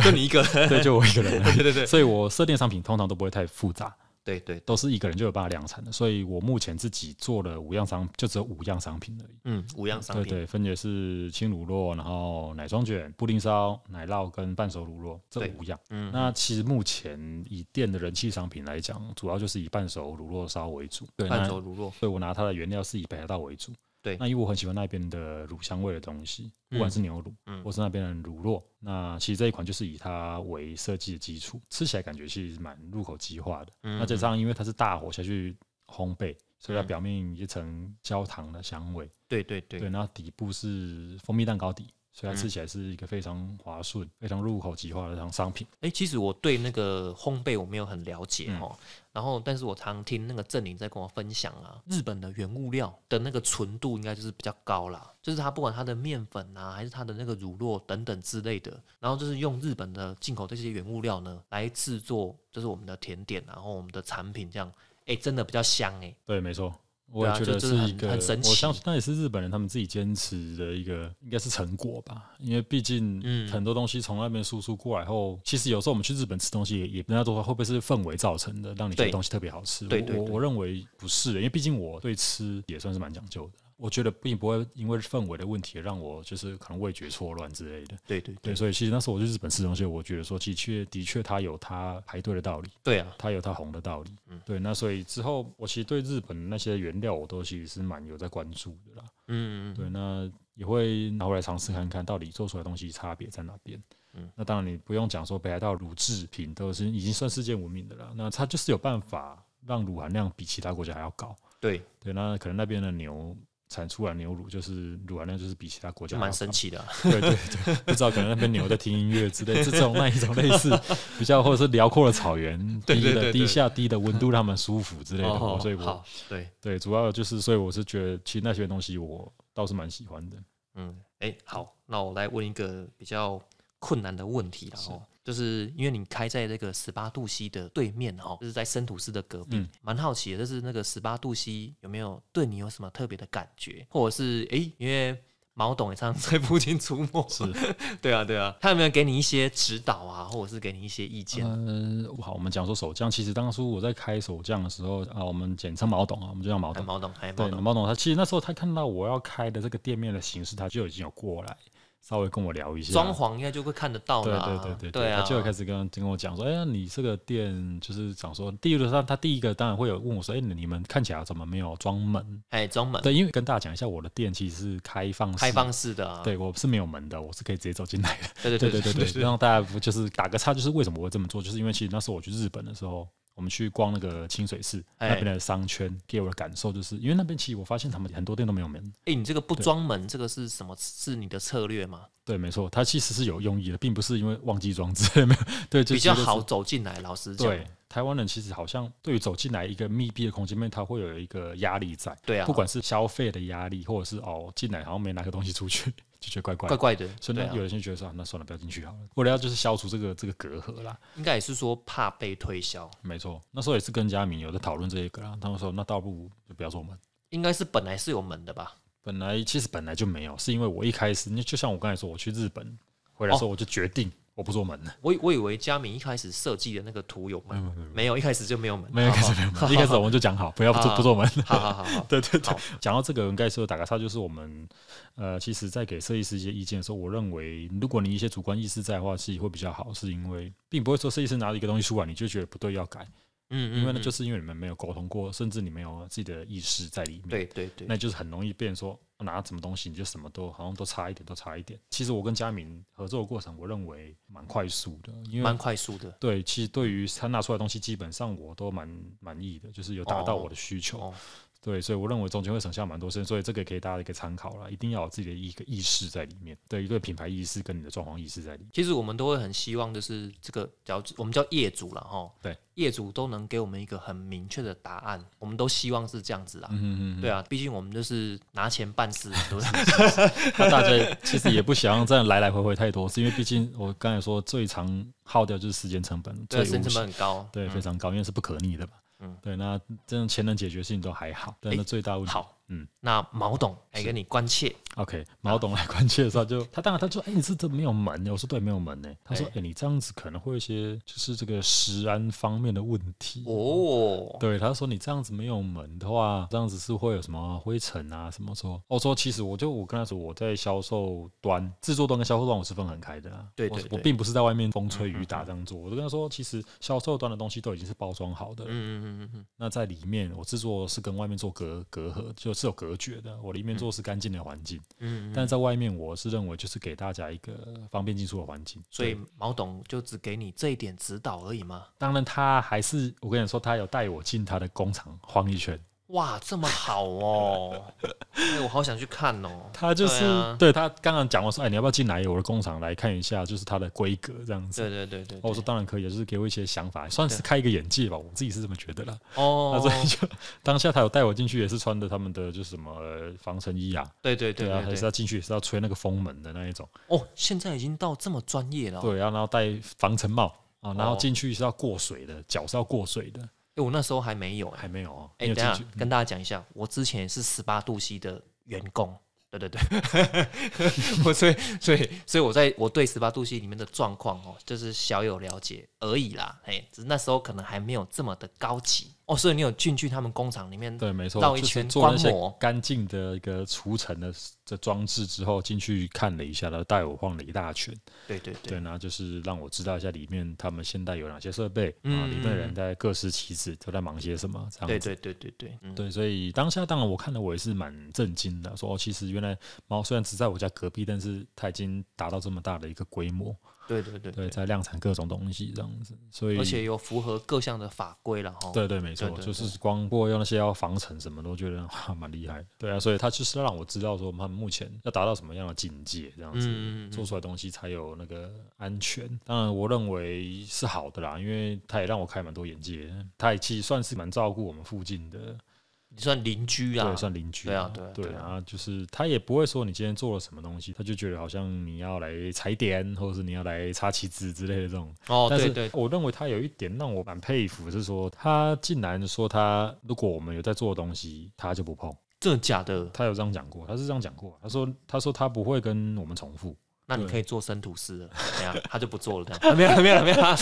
Speaker 1: 就你一个 人，
Speaker 2: 对，就我一个 人而已。
Speaker 1: 对对对
Speaker 2: 所以我设定的商品通常都不会太复杂，
Speaker 1: 对对，
Speaker 2: 都是一个人就有办法量产的，所以我目前自己做了五样商，就只有五样商品而已。
Speaker 1: 嗯，五样商
Speaker 2: 对
Speaker 1: 品，
Speaker 2: 对，分别是轻乳酪，然后奶霜卷、布丁烧、奶酪跟半熟乳酪这
Speaker 1: 对
Speaker 2: 五样。
Speaker 1: 嗯，
Speaker 2: 那其实目前以店的人气商品来讲，主要就是以半熟乳酪烧为主。对，
Speaker 1: 半
Speaker 2: 那
Speaker 1: 熟乳酪，
Speaker 2: 所以我拿它的原料是以北海道为主。
Speaker 1: 对
Speaker 2: 那因为我很喜欢那边的乳香味的东西，不管
Speaker 1: 嗯
Speaker 2: 是牛乳，
Speaker 1: 嗯
Speaker 2: 或是那边的乳酪，那其实这一款就是以它为设计的基础，吃起来感觉其实蛮入口即化的。
Speaker 1: 嗯
Speaker 2: 那再加
Speaker 1: 嗯
Speaker 2: 上因为它是大火下去烘焙，所以它
Speaker 1: 嗯
Speaker 2: 表面一层焦糖的香味，
Speaker 1: 对对对
Speaker 2: 对，然后底部是蜂蜜蛋糕底，所以
Speaker 1: 嗯
Speaker 2: 它吃起来是一个非常滑顺、非常入口即化的商商品。
Speaker 1: 哎、其实我对那个烘焙我没有很了解
Speaker 2: 嗯
Speaker 1: 哦，然后但是我常听那个郑林在跟我分享啊，日本的原物料的那个纯度应该就是比较高啦，就是它不管它的面粉啊，还是它的那个乳酪等等之类的，然后就是用日本的进口这些原物料呢来制作，就是我们的甜点，啊然后我们的产品这样，哎、真的比较香哎、
Speaker 2: 对，没错。我也
Speaker 1: 啊
Speaker 2: 觉
Speaker 1: 就
Speaker 2: 得
Speaker 1: 就是很
Speaker 2: 一个，
Speaker 1: 很神
Speaker 2: 我
Speaker 1: 奇
Speaker 2: 相信那也是日本人他们自己坚持的一个，应该是成果吧。因为毕竟
Speaker 1: 嗯
Speaker 2: 很多东西从那边输出过来后，其实有时候我们去日本吃东西也，也人家都说会不会是氛围造成的，让你觉
Speaker 1: 对
Speaker 2: 得东西特别好吃。
Speaker 1: 对对
Speaker 2: 我
Speaker 1: 对
Speaker 2: 我认为不是，因为毕竟我对吃也算是蛮讲究的。我觉得并不会因为氛围的问题让我就是可能味觉错乱之类的。
Speaker 1: 对对
Speaker 2: 对，所以其实那时候我去日本吃东西，我觉得说，的确的确它有它排队的道理。
Speaker 1: 对啊，
Speaker 2: 它有它红的道理。
Speaker 1: 嗯
Speaker 2: 对，那所以之后我其实对日本那些原料我都其实是蛮有在关注的啦。
Speaker 1: 嗯，
Speaker 2: 对，那也会拿回来尝试看看，到底做出来的东西差别在哪边。
Speaker 1: 嗯
Speaker 2: 那当然你不用讲说北海道乳制品都是已经算世界闻名的啦，那它就是有办法让乳含量比其他国家还要高。
Speaker 1: 对，
Speaker 2: 对，那可能那边的牛。产出来牛乳就是乳含量，就是比其他国家
Speaker 1: 就
Speaker 2: 还要
Speaker 1: 蛮
Speaker 2: 高
Speaker 1: 神奇的啊、
Speaker 2: 对对对，不知道可能那边牛在听音乐之类，这种那一种类似比较或者是辽阔的草原，
Speaker 1: 对
Speaker 2: 低
Speaker 1: 对对
Speaker 2: 的
Speaker 1: 对
Speaker 2: 低下低的温度让他们舒服之类的，
Speaker 1: 哦，
Speaker 2: 所以我
Speaker 1: 好，对。
Speaker 2: 对主要就是所以我是觉得其实那些东西我倒是蛮喜欢的。
Speaker 1: 嗯，哎、好，那我来问一个比较困难的问题了
Speaker 2: 是
Speaker 1: 哦，就是因为你开在那个十八度 C 的对面哈、哦，就是在生吐司的隔壁
Speaker 2: 嗯，
Speaker 1: 蛮、好奇的，就是那个十八度 C 有没有对你有什么特别的感觉，或者是哎、因为毛董也常常在附近出没，
Speaker 2: 是，
Speaker 1: 对啊，对啊，他有没有给你一些指导啊，或者是给你一些意见？
Speaker 2: 呃，好，我们讲说手酱，其实当初我在开手酱的时候啊，我们简称毛董啊，我们就叫毛
Speaker 1: 哎，
Speaker 2: 董。
Speaker 1: 毛董，哎，毛
Speaker 2: 对，
Speaker 1: 董，
Speaker 2: 毛董他其实那时候他看到我要开的这个店面的形式，他就已经有过来稍微跟我聊一下
Speaker 1: 装潢应该就会看得到
Speaker 2: 对
Speaker 1: 啦，
Speaker 2: 对对对
Speaker 1: 对啊，
Speaker 2: 他就有开始跟跟我讲说，哎、呀，你这个店就是讲说，第一个他他第一个当然会有问我说，哎、你你们看起来怎么没有装门？
Speaker 1: 哎，装门，
Speaker 2: 对，因为跟大家讲一下，我的店其实是开放式
Speaker 1: 开放式的啊，
Speaker 2: 对我是没有门的，我是可以直接走进来的。
Speaker 1: 对
Speaker 2: 对
Speaker 1: 对
Speaker 2: 对
Speaker 1: 对
Speaker 2: 对对，让大家不就是打个岔，就是为什么我会这么做，就是因为其实那时候我去日本的时候。我们去逛那个清水寺
Speaker 1: 哎
Speaker 2: 那边的商圈，给我的感受就是，因为那边其实我发现他们很多店都没有门。
Speaker 1: 哎、你这个不
Speaker 2: 对
Speaker 1: 装门，这个是什么？是你的策略吗？
Speaker 2: 对，没错，它其实是有用意的，并不是因为忘记装置，没有对，就
Speaker 1: 比较
Speaker 2: 其实是
Speaker 1: 好走进来，老实讲，
Speaker 2: 对，台湾人其实好像对于走进来一个密闭的空间里面，他会有一个压力在，
Speaker 1: 对啊
Speaker 2: 不管是消费的压力，或者是哦进来好像没拿个东西出去， 就觉得怪怪
Speaker 1: 怪
Speaker 2: 的。
Speaker 1: 怪的，
Speaker 2: 所以
Speaker 1: 对
Speaker 2: 呢，
Speaker 1: 啊
Speaker 2: 有人就觉得说、啊那算了，不要进去好了。为了要就是消除这个这个隔阂啦，
Speaker 1: 应该也是说怕被推销，
Speaker 2: 没错。那时候也是跟佳明有在讨论这一个啦，他们说那倒不如就不要做门。
Speaker 1: 应该是本来是有门的吧？
Speaker 2: 本
Speaker 1: 哦
Speaker 2: 来其实本来就没有，是因为我一开始，那就像我刚才说，我去日本回来的时候，我就决定、我不做门的，
Speaker 1: 我以我以为佳明一开始设计的那个图有
Speaker 2: 没
Speaker 1: 门，
Speaker 2: 有没有没有
Speaker 1: 没有，一开始就没有门，
Speaker 2: 没有，一开始没有
Speaker 1: 好
Speaker 2: 门，一开始我们就讲好，不要不做不做门。
Speaker 1: 好好好好 好，
Speaker 2: 对对对
Speaker 1: 好，
Speaker 2: 讲到这个，应该说打个岔，就是我们呃，其实，在给设计师一些意见的时候，我认为，如果你一些主观意识在的话，是会比较好，是因为并不会说设计师拿了一个东西出来，你就觉得不对要改，
Speaker 1: 嗯嗯，
Speaker 2: 因为呢，就是是因为你们没有沟通过，甚至你没有自己的意识在里面。
Speaker 1: 对对对，
Speaker 2: 那就是很容易变成说哦拿什么东西你就什么都好像都差一点，都差一点。其实我跟佳明合作的过程，我认为蛮快速的，因
Speaker 1: 蛮
Speaker 2: 为
Speaker 1: 快速的
Speaker 2: 对，其实对于他拿出来的东西，基本上我都蛮满意的，就是有达到
Speaker 1: 哦
Speaker 2: 我的需求。
Speaker 1: 哦，
Speaker 2: 对，所以我认为中间会省下蛮多时间，所以这个给大家一个参考啦，一定要有自己的一个意识在里面，对，一个品牌意识跟你的状况意识在里面。
Speaker 1: 其实我们都会很希望，就是这个，只要我们叫业主了哈，
Speaker 2: 对，
Speaker 1: 业主都能给我们一个很明确的答案，我们都希望是这样子啊。
Speaker 2: 嗯
Speaker 1: 对啊，毕竟我们就是拿钱办 事，对不对？
Speaker 2: 那大家其实也不想要这样来来回回太多次，因为毕竟我刚才说最常耗掉就是时间成本，嗯
Speaker 1: 对
Speaker 2: 最
Speaker 1: 啊，生
Speaker 2: 无
Speaker 1: 成本很高。
Speaker 2: 对，非常高，因为是不可逆的嘛。
Speaker 1: 嗯
Speaker 2: 对，那这种钱能解决的事情都还好，但
Speaker 1: 诶
Speaker 2: 那最大问题。
Speaker 1: 好，
Speaker 2: 嗯
Speaker 1: 那毛董来跟你关切，
Speaker 2: ，OK，毛董来关切的时候就，他当然他就说，哎、你这这没有门呢？我说对，没有门呢。他说，哎、
Speaker 1: 诶
Speaker 2: 你这样子可能会有一些就是这个食安方面的问题。
Speaker 1: 哦，
Speaker 2: 对，他说你这样子没有门的话，这样子是会有什么灰尘啊什么说？我说其实我就我跟他说我在销售端、制作端跟销售端我是分很开的啊。
Speaker 1: 对
Speaker 2: 我
Speaker 1: 对
Speaker 2: 我
Speaker 1: 对
Speaker 2: 并不是在外面风吹
Speaker 1: 嗯嗯
Speaker 2: 雨打
Speaker 1: 嗯
Speaker 2: 这样做。我就跟他说，其实销售端的东西都已经是包装好的了
Speaker 1: 嗯，嗯嗯嗯
Speaker 2: 那在里面，我制作是跟外面做隔隔阂，就是有隔绝的。我里面做是干净的环境，
Speaker 1: 嗯嗯嗯嗯，
Speaker 2: 但是在外面，我是认为就是给大家一个方便进出的环境。
Speaker 1: 所以
Speaker 2: 对，
Speaker 1: 毛董就只给你这一点指导而已吗？
Speaker 2: 当然他还是我跟你说，他有带我进他的工厂晃一圈。
Speaker 1: 哇，这么好 哦！哎，我好想去看哦。
Speaker 2: 他就是
Speaker 1: 对啊
Speaker 2: 对,、他刚刚讲我说，哎，你要不要进来我的工厂来看一下，就是它的规格这样子。
Speaker 1: 对对对对，
Speaker 2: 哦我说
Speaker 1: 对
Speaker 2: 当然可以，就是给我一些想法，算是
Speaker 1: 对
Speaker 2: 开一个眼界吧。我自己是这么觉得啦。那
Speaker 1: 哦
Speaker 2: 所，以就当下他有带我进去，也是穿的他们的就是什么呃防尘衣啊，
Speaker 1: 对对对
Speaker 2: 对啊，还
Speaker 1: 对
Speaker 2: 是
Speaker 1: 对，
Speaker 2: 要进去也是要吹那个风门的那一种。
Speaker 1: 哦，现在已经到这么专业了哦。
Speaker 2: 对，然后然后戴防尘帽啊，然后
Speaker 1: 哦
Speaker 2: 进去是要过水的，脚是要过水的，
Speaker 1: 哎，我那时候还没有哎。
Speaker 2: 还没有哦。
Speaker 1: 哎、
Speaker 2: 你有
Speaker 1: 等
Speaker 2: 进
Speaker 1: 一下
Speaker 2: 去？
Speaker 1: 跟大家讲一下，我之前也是十八度 C 的员工。对对对， 我所以所以所以我在我对十八度 C 里面的状况哦，就是小有了解而已啦，哎，只是那时候可能还没有这么的高级哦，所以你有进去他们工厂里面，
Speaker 2: 对，没错，
Speaker 1: 绕一
Speaker 2: 就是
Speaker 1: 圈
Speaker 2: 做那
Speaker 1: 观
Speaker 2: 些
Speaker 1: 摩
Speaker 2: 干净的一个除尘的这装置之后，进去看了一下，然后带我晃了一大圈，
Speaker 1: 对对
Speaker 2: 对，
Speaker 1: 对，
Speaker 2: 然后就是让我知道一下里面他们现在有哪些设备啊，
Speaker 1: 嗯
Speaker 2: 里面的人
Speaker 1: 嗯
Speaker 2: 在各司其职，都在忙些什么这
Speaker 1: 对
Speaker 2: 样子。
Speaker 1: 对对对对，嗯，
Speaker 2: 对，所以当下当然我看了我也是蛮震惊的，说哦，其实原来猫虽然只在我家隔壁，但是它已经达到这么大的一个规模，
Speaker 1: 对对对
Speaker 2: 对，
Speaker 1: 对，
Speaker 2: 在量产各种东西这样子，所以
Speaker 1: 而且有符合各项的法规了哈，
Speaker 2: 对对，没错，
Speaker 1: 对对
Speaker 2: 就是光过用那些要防尘什么的，我觉得哇蛮厉害的。对啊，所以他就是要让我知道说，我们目前要达到什么样的境界，这样子、
Speaker 1: 嗯嗯嗯
Speaker 2: 做出来的东西才有那个安全。当然，我认为是好的啦，因为他也让我开蛮多眼界，他也其实算是蛮照顾我们附近的，
Speaker 1: 你算邻居啦
Speaker 2: 对，，算邻居
Speaker 1: 对啊
Speaker 2: 嘛
Speaker 1: 对啊
Speaker 2: 对
Speaker 1: 对啊
Speaker 2: 然后就是他也不会说你今天做了什么东西，他就觉得好像你要来踩点，或者是你要来插旗子之类的这种。
Speaker 1: 哦，
Speaker 2: 但
Speaker 1: 对
Speaker 2: 是
Speaker 1: 对，
Speaker 2: 我认为他有一点让我蛮佩服，是说他竟然说他如果我们有在做的东西，他就不碰。
Speaker 1: 真的假的？
Speaker 2: 他有这样讲过，他是这样讲过。他说他说他不会跟我们重复。
Speaker 1: 那你
Speaker 2: 对
Speaker 1: 可以做生吐司了，怎 样？他就不做了，这样 没有了没有了没有了。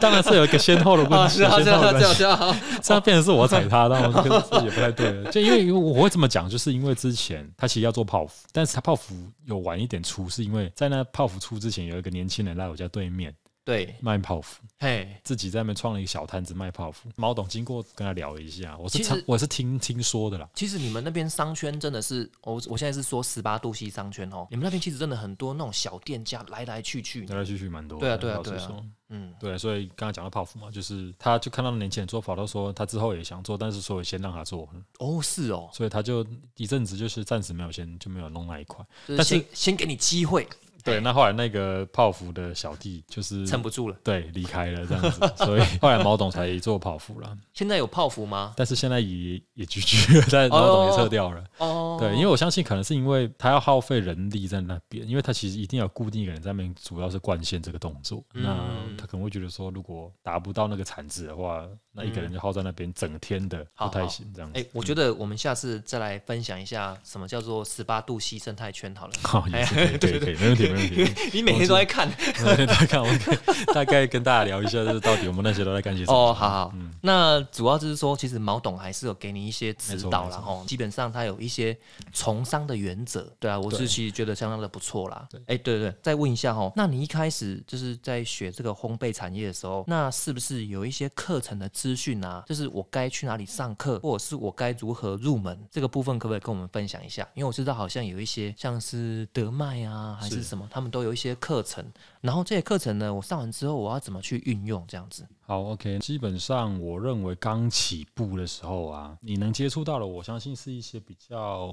Speaker 2: 当然是有一个先后 的
Speaker 1: 啊，
Speaker 2: 问题，哦
Speaker 1: 是啊，是
Speaker 2: 先后
Speaker 1: 啊，
Speaker 2: 的
Speaker 1: 是
Speaker 2: 关
Speaker 1: 啊，
Speaker 2: 系。
Speaker 1: 是啊。
Speaker 2: 这样变成是我踩他，但我觉得啊这也不太对了。就因为因为我会这么讲，就是因为之前他其实要做泡芙，但是他泡芙有晚一点出，是因为在那泡芙出之前，有一个年轻人来我家对面
Speaker 1: 对，
Speaker 2: 卖泡芙。
Speaker 1: 嘿，
Speaker 2: 自己在那边创了一个小摊子卖泡芙。毛董经过跟他聊了一下，我是
Speaker 1: 其实
Speaker 2: 常我是听听说的啦。
Speaker 1: 其实你们那边商圈真的是，我我现在是说十八度 C 商圈哦，你们那边其实真的很多那种小店家来来去去
Speaker 2: 来，来去去蛮多
Speaker 1: 对啊
Speaker 2: 的，
Speaker 1: 对啊
Speaker 2: 老实
Speaker 1: 对啊
Speaker 2: 说
Speaker 1: 嗯，
Speaker 2: 对，所以刚才讲到泡芙嘛，就是他就看到年轻人做法，他说他之后也想做，但是所以先让他做，
Speaker 1: 哦，是哦，
Speaker 2: 所以他就一阵子就是暂时没有先就没有弄那一块。
Speaker 1: 就是
Speaker 2: 但是
Speaker 1: 先先给你机会，
Speaker 2: 对，那后来那个泡芙的小弟就是
Speaker 1: 撑不住了。
Speaker 2: 对离开了这样子， 所以后来毛董才做泡芙啦。
Speaker 1: 现在有泡芙吗？
Speaker 2: 但是现在也也居居了，但毛董也撤掉了。
Speaker 1: 哦，
Speaker 2: 对，因为我相信可能是因为他要耗费人力在那边，因为他其实一定要有固定一个人在那边，主要是灌线这个动作。
Speaker 1: 嗯
Speaker 2: 那他可能会觉得说，如果达不到那个产值的话，那一个人就耗在那边整天的
Speaker 1: 嗯好
Speaker 2: 不太
Speaker 1: 好
Speaker 2: 行，这样子。
Speaker 1: 哎、我觉得我们下次再来分享一下什么叫做十八度 C 生态圈好了。 哎
Speaker 2: 好，也是可以，可以，可以，没问题，没问题。
Speaker 1: 你每天都在看
Speaker 2: 我大概看，我可以大概跟大家聊一下，就是到底我们那些都在干些什么。嗯
Speaker 1: 哦，好好，那主要就是说，其实毛董还是有给你一些指导
Speaker 2: 没错
Speaker 1: 啦，
Speaker 2: 没
Speaker 1: 吼，基本上他有一些从商的原则，对啊，我是
Speaker 2: 对
Speaker 1: 其实觉得相当的不错啦
Speaker 2: 对。
Speaker 1: 哎，对对，再问一下吼，那你一开始就是在学这个烘焙产业的时候，那是不是有一些课程的资讯啊？就是我该去哪里上课，或者是我该如何入门这个部分，可不可以跟我们分享一下？因为我知道好像有一些像是德麦啊，还是
Speaker 2: 是
Speaker 1: 什么，他们都有一些课程，然后这些课程呢，我上完之后我要怎么去运用这样子？
Speaker 2: 好，OK，基本上我认为刚起步的时候啊，你能接触到的，我相信是一些比较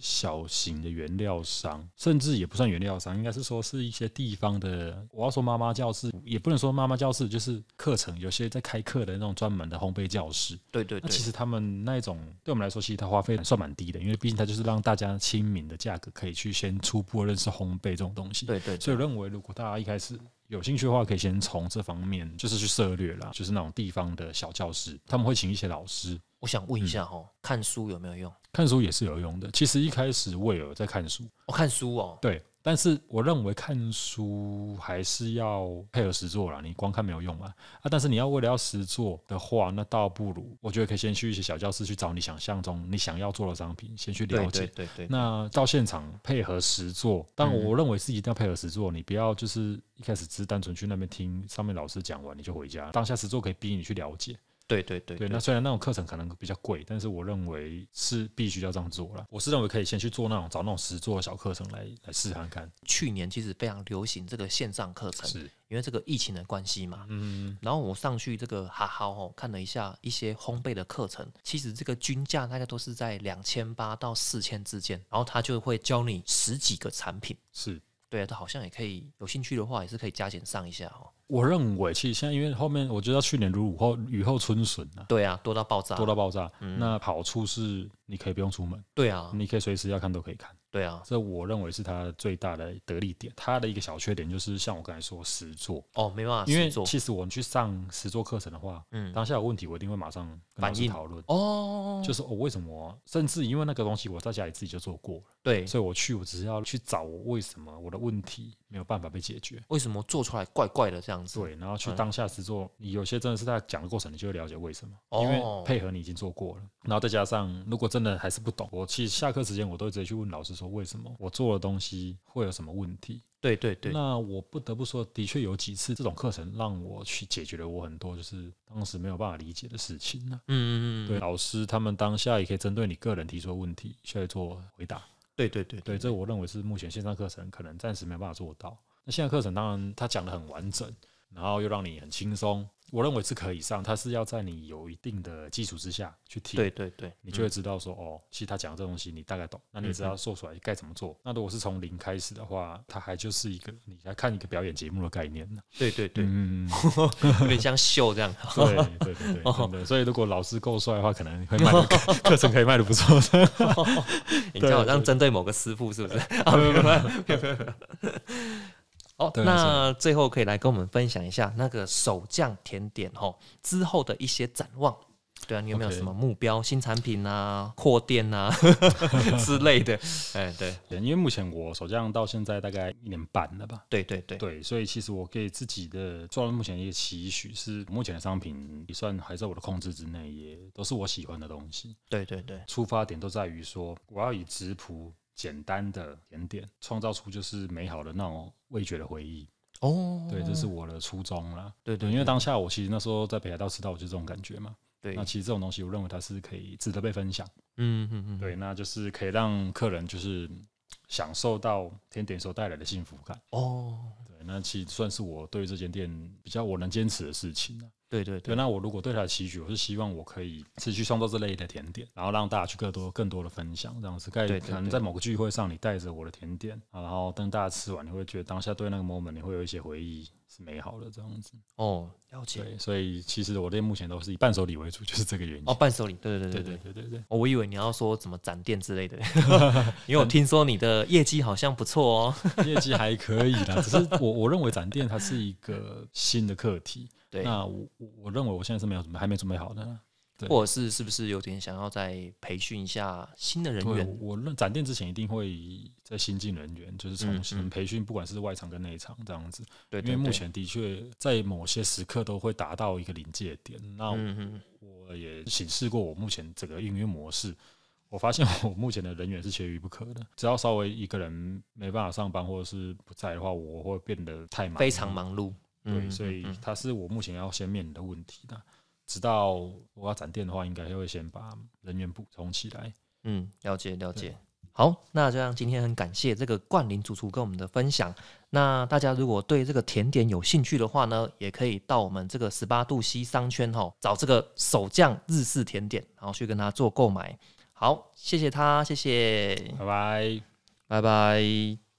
Speaker 2: 小型的原料商，甚至也不算原料商，应该是说是一些地方的。我要说妈妈教室，也不能说妈妈教室，就是课程有些在开课的那种专门的烘焙教室。
Speaker 1: 对对
Speaker 2: 那其实他们那一种对我们来说，其实它花费算蛮低的，因为毕竟它就是让大家亲民的价格，可以去先初步认识烘焙这种东西。
Speaker 1: 对对
Speaker 2: 所以我认为，如果大家一开始有兴趣的话，可以先从这方面就是去涉略啦，就是那种地方的小教室，他们会请一些老师。
Speaker 1: 我想问一下
Speaker 2: 嗯
Speaker 1: 哦，看书有没有用？
Speaker 2: 看书也是有用的。其实一开始我也有在看书，
Speaker 1: 我、看书哦，
Speaker 2: 对，但是我认为看书还是要配合实作啦，你光看没有用嘛。啊，但是你要为了要实作的话，那倒不如我觉得可以先去一些小教室去找你想象中你想要做的商品，先去了解。
Speaker 1: 对对
Speaker 2: 那到现场配合实做，但
Speaker 1: 嗯
Speaker 2: 我认为是一定要配合实做，你不要就是一开始只是单纯去那边听上面老师讲完你就回家，当下实做可以逼你去了解。
Speaker 1: 对对对
Speaker 2: 对，那虽然那种课程可能比较贵，但是我认为是必须要这样做了。我是认为可以先去做那种找那种实做的小课程来来试看看。
Speaker 1: 去年其实非常流行这个线上课程，
Speaker 2: 是，
Speaker 1: 因为这个疫情的关系嘛。
Speaker 2: 嗯，
Speaker 1: 然后我上去这个哈哈哦，看了一下一些烘焙的课程，其实这个均价大概都是在两千八到四千之间，然后他就会教你十几个产品。
Speaker 2: 是。
Speaker 1: 对啊，他好像也可以，有兴趣的话也是可以加减上一下哦。
Speaker 2: 我认为其实现在因为后面我觉得去年如雨后雨后春笋啊，
Speaker 1: 对啊，多到爆炸。
Speaker 2: 多到爆炸。那好处是你可以不用出门，
Speaker 1: 对啊，
Speaker 2: 你可以随时要看都可以看。
Speaker 1: 对啊。
Speaker 2: 这我认为是它最大的得力点。它的一个小缺点就是像我刚才说实做，
Speaker 1: 哦，没办法
Speaker 2: 因为
Speaker 1: 实做，
Speaker 2: 其实我们去上实做课程的话，
Speaker 1: 嗯，
Speaker 2: 当下有问题我一定会马上跟老
Speaker 1: 反
Speaker 2: 师
Speaker 1: 应
Speaker 2: 讨论。
Speaker 1: 哦，
Speaker 2: 就是我、哦、为什么，甚至因为那个东西我在家里自己就做过了，
Speaker 1: 对，
Speaker 2: 所以我去我只是要去找我为什么我的问题没有办法被解决。
Speaker 1: 为什么做出来怪怪的这样子？
Speaker 2: 对，然后去
Speaker 1: 嗯
Speaker 2: 当下实做，你有些真的是在讲的过程，你就会了解为什么，
Speaker 1: 哦
Speaker 2: 因为配合你已经做过了。然后再加上，如果真的还是不懂，我其实下课时间我都会直接去问老师说，为什么我做的东西会有什么问题？
Speaker 1: 对对对嗯
Speaker 2: 那我不得不说，的确有几次这种课程让我去解决了我很多就是当时没有办法理解的事情呢、
Speaker 1: 嗯嗯嗯，
Speaker 2: 对，老师他们当下也可以针对你个人提出的问题去做回答。
Speaker 1: 对对对
Speaker 2: 对，这我认为是目前线上课程可能暂时没有办法做到。那线上课程当然它讲的很完整，然后又让你很轻松，我认为是可以上。它是要在你有一定的基础之下去听。
Speaker 1: 对对嗯对，
Speaker 2: 你就会知道说，哦，其实他讲的这东西你大概懂，那你也知道做出来该怎么做。那如果是从零开始的话，它还就是一个你来看一个表演节目的概念呢。
Speaker 1: 对对对，
Speaker 2: 嗯，哦
Speaker 1: 有点像秀这样。
Speaker 2: 对对对 对，真的。所以如果老师够帅的话，可能会卖得 课程可以卖的不错的。
Speaker 1: 你这样好像针对某个师傅是 不是？啊，没有没有没有没有哦，
Speaker 2: 对
Speaker 1: 那最后可以来跟我们分享一下那个手酱甜点吼之后的一些展望。对啊，你有没有
Speaker 2: OK
Speaker 1: 什么目标、新产品啊、扩店啊 之类 的？哎，对
Speaker 2: 因为目前我手匠到现在大概一年半了吧。
Speaker 1: 对对对，
Speaker 2: 对，所以其实我给自己的做到目前的一个期许是，目前的商品也算还在我的控制之内，也都是我喜欢的东西。
Speaker 1: 对对对，
Speaker 2: 出发点都在于说，我要以质朴、简单的甜点，创造出就是美好的那种味觉的回忆。
Speaker 1: 哦，
Speaker 2: 对，这是我的初衷啦。
Speaker 1: 对
Speaker 2: 对，
Speaker 1: 对，
Speaker 2: 因为当下我其实那时候在北海道吃到，我就这种感觉嘛。
Speaker 1: 对，
Speaker 2: 那其实这种东西，我认为它是可以值得被分享。
Speaker 1: 嗯嗯嗯，
Speaker 2: 对，那就是可以让客人就是享受到甜点所带来的幸福感。
Speaker 1: 哦，
Speaker 2: 对，那其实算是我对这间店比较我能坚持的事情啊啦
Speaker 1: 对对
Speaker 2: 对，
Speaker 1: 对，
Speaker 2: 那我如果对他的期许，我是希望我可以持续创造这类的甜点，然后让大家去更多更多的分享，这样子。可
Speaker 1: 对
Speaker 2: 以
Speaker 1: 对
Speaker 2: 可能
Speaker 1: 对
Speaker 2: 在某个聚会上，你带着我的甜点，啊然后等大家吃完，你会觉得当下对那个 moment 你会有一些回忆是美好的，这样子。
Speaker 1: 哦，了解。
Speaker 2: 对，所以其实我对目前都是以伴手礼为主，就是这个原因。
Speaker 1: 哦，伴手礼，对对对对
Speaker 2: 对
Speaker 1: 对。
Speaker 2: 对对对对。
Speaker 1: 哦我以为你要说怎么展店之类 的，因为我听说你的业绩好像不错哦。
Speaker 2: 业绩还可以啦，只是我我认为展店它是一个新的课题。
Speaker 1: 对
Speaker 2: 那我我我认为我现在是没有准备，还没准备好的。对
Speaker 1: 或者是是不是有点想要再培训一下新的人
Speaker 2: 对
Speaker 1: 员？，
Speaker 2: 我认展店之前一定会在新进人员，就是重
Speaker 1: 嗯
Speaker 2: 新
Speaker 1: 嗯
Speaker 2: 培训，不管是外场跟内场这样子。
Speaker 1: 对
Speaker 2: 因
Speaker 1: 对
Speaker 2: 为目
Speaker 1: 对，
Speaker 2: 前的确在某些时刻都会达到一个临界点。那
Speaker 1: 嗯嗯，
Speaker 2: 我也审视过我目前整个运营模式，我发现 我目前的人员是缺一不可的。只要稍微一个人没办法上班或者是不在的话，我会变得太忙，
Speaker 1: 非常。忙碌。嗯
Speaker 2: 对，
Speaker 1: 嗯
Speaker 2: 所以
Speaker 1: 嗯
Speaker 2: 它是我目前要先面临的问题的。直到我要展店的话，应该会先把人员补充起来。
Speaker 1: 嗯，了解了
Speaker 2: 对
Speaker 1: 解。好，那这样今天很感谢这个冠霖主厨跟我们的分享。那大家如果对这个甜点有兴趣的话呢，也可以到我们这个十八度 C 商圈哈、找这个手酱日式甜点，然后去跟他做购买。好，谢谢他，谢谢，
Speaker 2: 拜拜。
Speaker 1: 拜拜。